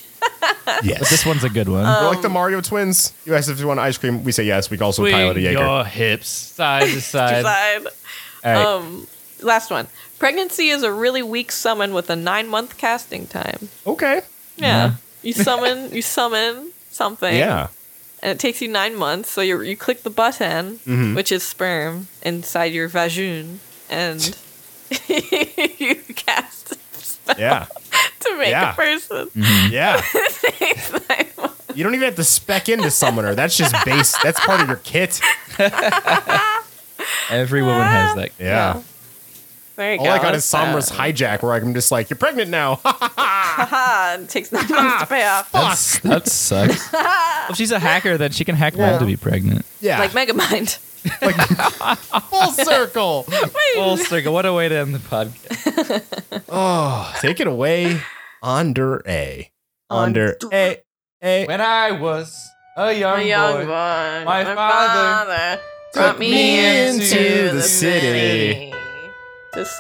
Speaker 3: But
Speaker 2: Yes.
Speaker 3: this one's a good one.
Speaker 2: We're
Speaker 1: Um,
Speaker 2: like the Mario twins. You ask if you want ice cream. We say yes. We can also pilot a Jaeger.
Speaker 3: hips side to side.
Speaker 1: Design.
Speaker 3: All right.
Speaker 1: Um, last one. Pregnancy is a really weak summon with a nine month casting time.
Speaker 2: Okay.
Speaker 1: Yeah. You summon. You summon something.
Speaker 2: Yeah.
Speaker 1: And it takes you nine months. So you you click the button,
Speaker 2: Mm-hmm.
Speaker 1: which is sperm inside your vagina, and you cast
Speaker 2: Yeah.
Speaker 1: to make
Speaker 2: Yeah. Mm-hmm.
Speaker 1: a person.
Speaker 2: Yeah.
Speaker 1: It takes nine months.
Speaker 2: You don't even have to spec into summoner. That's just base. That's part of your kit.
Speaker 3: Every woman has that.
Speaker 2: Yeah.
Speaker 1: Yeah. uh, There you
Speaker 2: All
Speaker 1: go.
Speaker 2: I got is
Speaker 1: That's that.
Speaker 2: Somra's hijack, where I'm just like, you're pregnant now.
Speaker 1: Haha, it um, takes nine months to pay off.
Speaker 2: Fuck.
Speaker 3: That sucks. if she's a hacker, then she can hack men to be pregnant.
Speaker 2: Yeah.
Speaker 1: Like Megamind.
Speaker 2: full circle.
Speaker 3: Full circle. What a way to end the podcast.
Speaker 2: oh, take it away, under A. Under A. A.
Speaker 3: When I was a young,
Speaker 1: A young
Speaker 3: boy,
Speaker 1: boy,
Speaker 3: My father
Speaker 1: took me
Speaker 2: into
Speaker 1: into
Speaker 2: the
Speaker 1: the
Speaker 2: city
Speaker 1: city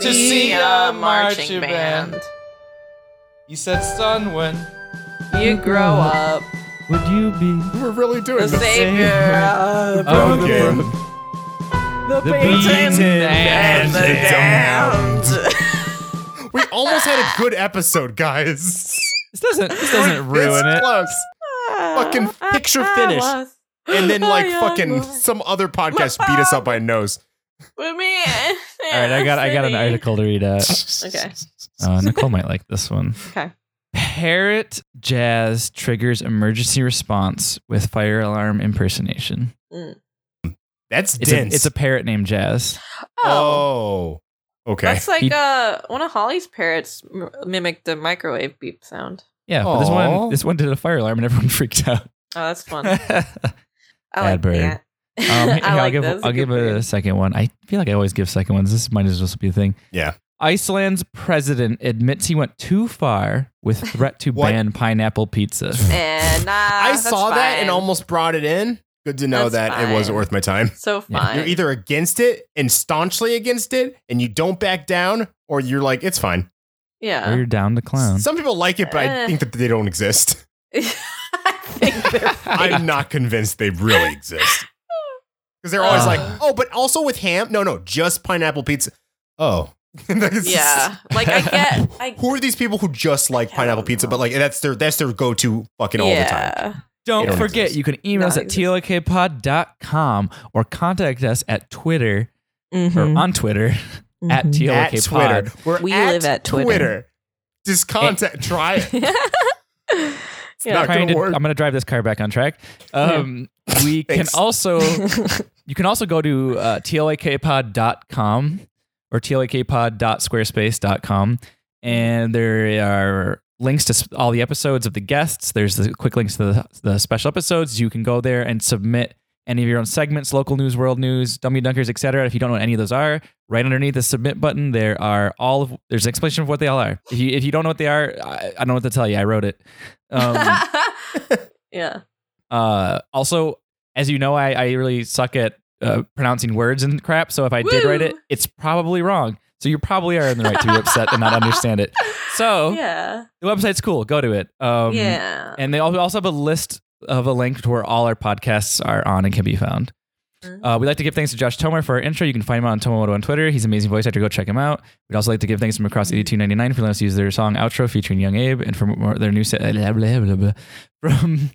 Speaker 1: to see, a marching band.
Speaker 3: he said, "Son, when
Speaker 1: You grow up
Speaker 3: would you be
Speaker 2: We're really doing
Speaker 1: Mm. the
Speaker 2: this.
Speaker 1: savior of
Speaker 3: Oh,
Speaker 2: Broken.
Speaker 1: the
Speaker 3: beaten
Speaker 1: beaten
Speaker 3: and
Speaker 1: and the
Speaker 3: the
Speaker 1: damned.
Speaker 2: We almost had a good episode, guys.
Speaker 3: This doesn't. This doesn't
Speaker 2: it's
Speaker 3: ruin it.
Speaker 2: Close. Fucking
Speaker 1: Ah,
Speaker 2: picture finish. And then, like,
Speaker 1: yeah,
Speaker 2: fucking
Speaker 1: Ah, boy.
Speaker 2: some other podcast beat us up by nose.
Speaker 1: With me.
Speaker 3: All right, I got. I got an article to read out.
Speaker 1: Okay.
Speaker 3: Uh, Nicole might like this one.
Speaker 1: Okay.
Speaker 3: Parrot jazz triggers emergency response with fire alarm impersonation.
Speaker 2: That's
Speaker 3: It's, a,
Speaker 2: dense.
Speaker 3: it's a parrot named Jazz.
Speaker 1: Oh.
Speaker 2: oh. Okay.
Speaker 1: That's like
Speaker 3: He-
Speaker 1: uh, one of Holly's parrots m- mimicked the microwave beep sound.
Speaker 3: Yeah, but this
Speaker 2: Aw.
Speaker 3: one this one did a fire alarm and everyone freaked out.
Speaker 1: Oh, that's fun.
Speaker 3: um,
Speaker 1: I like
Speaker 3: Bad bird.
Speaker 1: that.
Speaker 3: Um, here,
Speaker 1: I
Speaker 3: I'll
Speaker 1: like
Speaker 3: give
Speaker 1: that. That's a
Speaker 3: I'll
Speaker 1: good
Speaker 3: give
Speaker 1: bird.
Speaker 3: a second one. I feel like I always give second ones. This might as well be a thing.
Speaker 2: Yeah.
Speaker 3: Iceland's president admits he went too far with threat to
Speaker 2: What?
Speaker 3: ban pineapple pizza.
Speaker 1: And nah,
Speaker 2: I
Speaker 1: that's
Speaker 2: saw that and
Speaker 1: fine.
Speaker 2: almost brought it in. Good to know
Speaker 1: That's
Speaker 2: that it wasn't
Speaker 1: fine.
Speaker 2: worth my time.
Speaker 1: so
Speaker 3: Yeah.
Speaker 1: fine.
Speaker 2: You're either against it and staunchly against it and you don't back down, or you're like, it's fine.
Speaker 3: Or
Speaker 1: yeah.
Speaker 3: you're down to clown.
Speaker 2: Some people like it, but I
Speaker 1: Eh.
Speaker 2: think that they don't exist.
Speaker 1: I think they're
Speaker 2: I'm not convinced they really exist. Because they're always
Speaker 3: Uh.
Speaker 2: like, oh, but also with ham? No, no, just pineapple pizza. Oh. That's-
Speaker 1: yeah. Like I get I
Speaker 2: Who are these people who just like pineapple pizza, but like that's their that's their go to fucking all the time.
Speaker 1: yeah.
Speaker 3: Don't,
Speaker 2: They don't
Speaker 3: forget,
Speaker 2: exist.
Speaker 3: you can email us
Speaker 1: Not
Speaker 3: at tlkpod.com or contact us at Twitter
Speaker 1: Mm-hmm.
Speaker 3: or on Twitter
Speaker 2: at
Speaker 3: at tlkpod.
Speaker 2: Twitter. We're
Speaker 1: We live at Twitter.
Speaker 2: Just
Speaker 3: Eh.
Speaker 2: contact. Try it. It's
Speaker 1: Yeah.
Speaker 2: not
Speaker 3: Trying
Speaker 2: gonna
Speaker 3: to-
Speaker 2: work.
Speaker 3: I'm going to drive this car back on track. Um, We can
Speaker 2: Thanks.
Speaker 3: also you can also go to uh, tlakpod.com or tlakpod.squarespace.com and there are links to s- all the episodes of the guests. There's the quick links to the, the special episodes. You can go there and submit any of your own segments, local news, world news, dummy dunkers, etc. If you don't know what any of those are, right underneath the submit button, there are all of there's an explanation of what they all are. If you if you don't know what they are, I, I don't know what to tell you. I wrote it. Um,
Speaker 4: yeah.
Speaker 3: Uh, also, as you know, I, I really suck at uh, pronouncing words and crap. So if I did
Speaker 4: Woo!
Speaker 3: write it, it's probably wrong. So you probably are in the right to be upset and not understand it. So
Speaker 4: Yeah.
Speaker 3: the website's cool. Go to it. Oh. Um,
Speaker 4: yeah.
Speaker 3: And they al- also have a list of a link to where all our podcasts are on and can be found. Uh, we'd like to give thanks to Josh Tomer for our intro. You can find him on Tomomoto on Twitter. He's an amazing voice actor. Go check him out. We'd also like to give thanks to Macross eighty two ninety nine for letting us use their song outro featuring Young Abe and for more, their new set blah, blah, blah, blah, from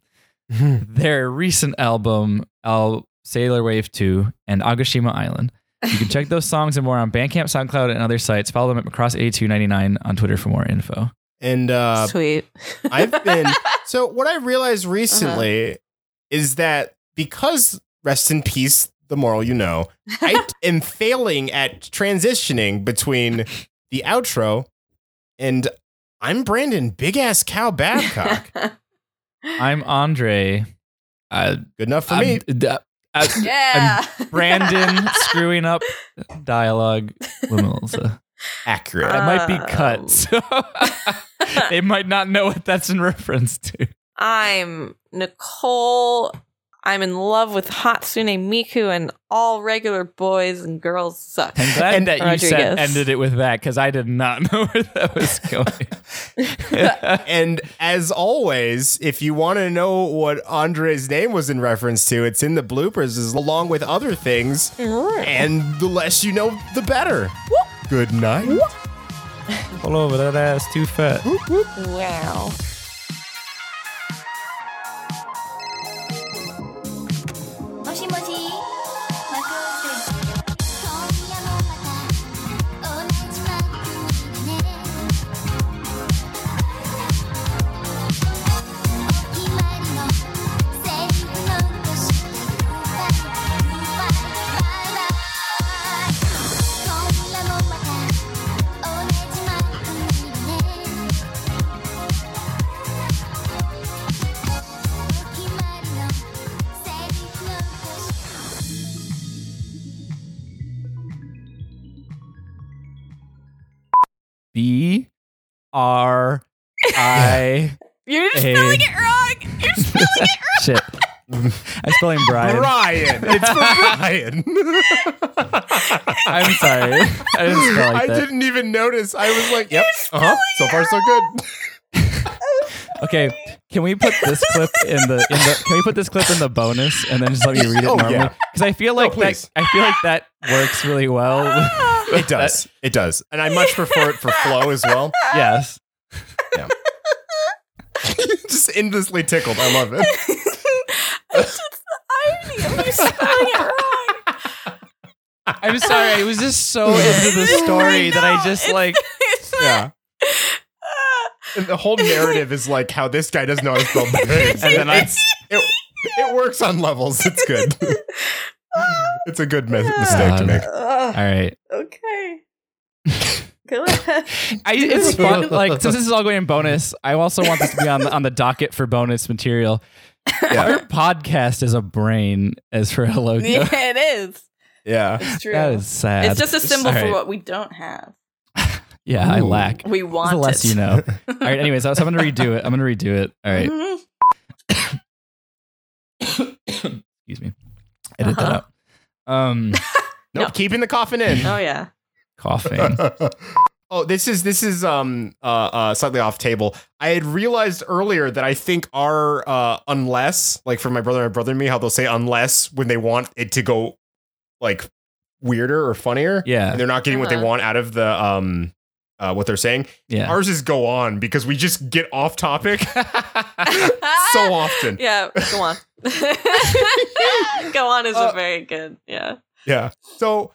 Speaker 3: their recent album Al Sailor Wave Two and Agashima Island. You can check those songs and more on Bandcamp, SoundCloud, and other sites. Follow them at Macross eighty two ninety nine on Twitter for more info.
Speaker 2: And uh,
Speaker 1: Sweet.
Speaker 2: I've been so what I realized recently is that because rest in peace, the moral you know, I t- am failing at transitioning between the outro and I'm Brandon Big Ass Cow Babcock.
Speaker 3: I'm Andre. Uh,
Speaker 2: Good enough for
Speaker 3: I'm-
Speaker 2: me.
Speaker 3: d- uh,
Speaker 4: yeah.
Speaker 3: Brandon screwing up dialogue with Melissa.
Speaker 2: Accurate.
Speaker 4: Uh,
Speaker 3: That might be cut. So they might not know what that's in reference to.
Speaker 4: I'm Nicole. I'm in love with Hatsune Miku and all regular boys and girls suck.
Speaker 3: I'm glad
Speaker 2: And
Speaker 3: that you said
Speaker 4: Rodriguez.
Speaker 3: ended it with that because I did not know where that was going.
Speaker 2: and as always, if you want to know what Andre's name was in reference to, it's in the bloopers as- along with other things. And the less you know, the better. Good night.
Speaker 3: Hold over that ass too fat.
Speaker 4: Wow.
Speaker 5: 「もしもしマクロスです」「今夜もまた同じマックにね」「お決まりのセリフ残してグーバイグーバイバイバイ」「今夜もまた同じマックにね」「お決まりのセリフ残して」
Speaker 3: B R I
Speaker 4: You're
Speaker 3: A.
Speaker 4: spelling it wrong. You're spelling it
Speaker 3: shit. I'm spelling Brian.
Speaker 2: Brian. It's for Brian.
Speaker 3: I'm sorry. I didn't spell like
Speaker 2: I
Speaker 3: that.
Speaker 2: didn't even notice. I was like, yep. Uh-huh. So far, so good.
Speaker 3: Okay, can we put this clip in the, in the can we put this clip in the bonus and then just let me read it
Speaker 2: Oh,
Speaker 3: normally?
Speaker 2: yeah.
Speaker 3: Because I feel like that
Speaker 2: please.
Speaker 3: I feel like that works really well.
Speaker 4: Ah.
Speaker 2: It does. It does. And I much prefer it for flow as well.
Speaker 3: yes.
Speaker 2: Just endlessly tickled. I love it.
Speaker 4: wrong. You're spelling it wrong.
Speaker 3: I'm sorry, I was just so into the story that I just like
Speaker 2: Yeah. And the whole narrative is like how this guy doesn't know how to spell names. And then I, it, it works on levels. It's good. It's a good me- mistake to make.
Speaker 4: Ugh,
Speaker 3: all right.
Speaker 4: okay. Go ahead.
Speaker 3: I, it's fun. Like since this is all going in bonus, I also want this to be on the, on the docket for bonus material. Our podcast is a brain as for a logo.
Speaker 4: Yeah, it is.
Speaker 2: Yeah.
Speaker 4: It's true.
Speaker 3: That is sad.
Speaker 4: it's just a symbol
Speaker 3: All
Speaker 4: for
Speaker 3: right.
Speaker 4: what we don't have.
Speaker 3: Yeah, I
Speaker 2: Ooh.
Speaker 3: lack.
Speaker 4: We want
Speaker 3: the less
Speaker 4: it.
Speaker 3: you know. All right. Anyways, so I'm gonna redo it. I'm gonna redo it. All right.
Speaker 4: Mhm. Mm-hmm.
Speaker 3: Excuse me. Edit
Speaker 4: Uh-huh.
Speaker 3: that out. Um,
Speaker 2: Nope. Keeping the coffin in.
Speaker 4: Oh yeah.
Speaker 3: coughing.
Speaker 2: oh, this is this is um uh, uh slightly off table. I had realized earlier that I think our uh unless like for my brother and my brother and me how they'll say unless when they want it to go like weirder or funnier.
Speaker 3: Yeah.
Speaker 2: and they're not getting what they
Speaker 4: Uh-huh.
Speaker 2: want out of the um uh what they're saying.
Speaker 3: Yeah.
Speaker 2: Ours is go on because we just get off topic so often.
Speaker 4: Yeah. Go on. go on is
Speaker 2: Uh,
Speaker 4: a very good. Yeah.
Speaker 2: Yeah. So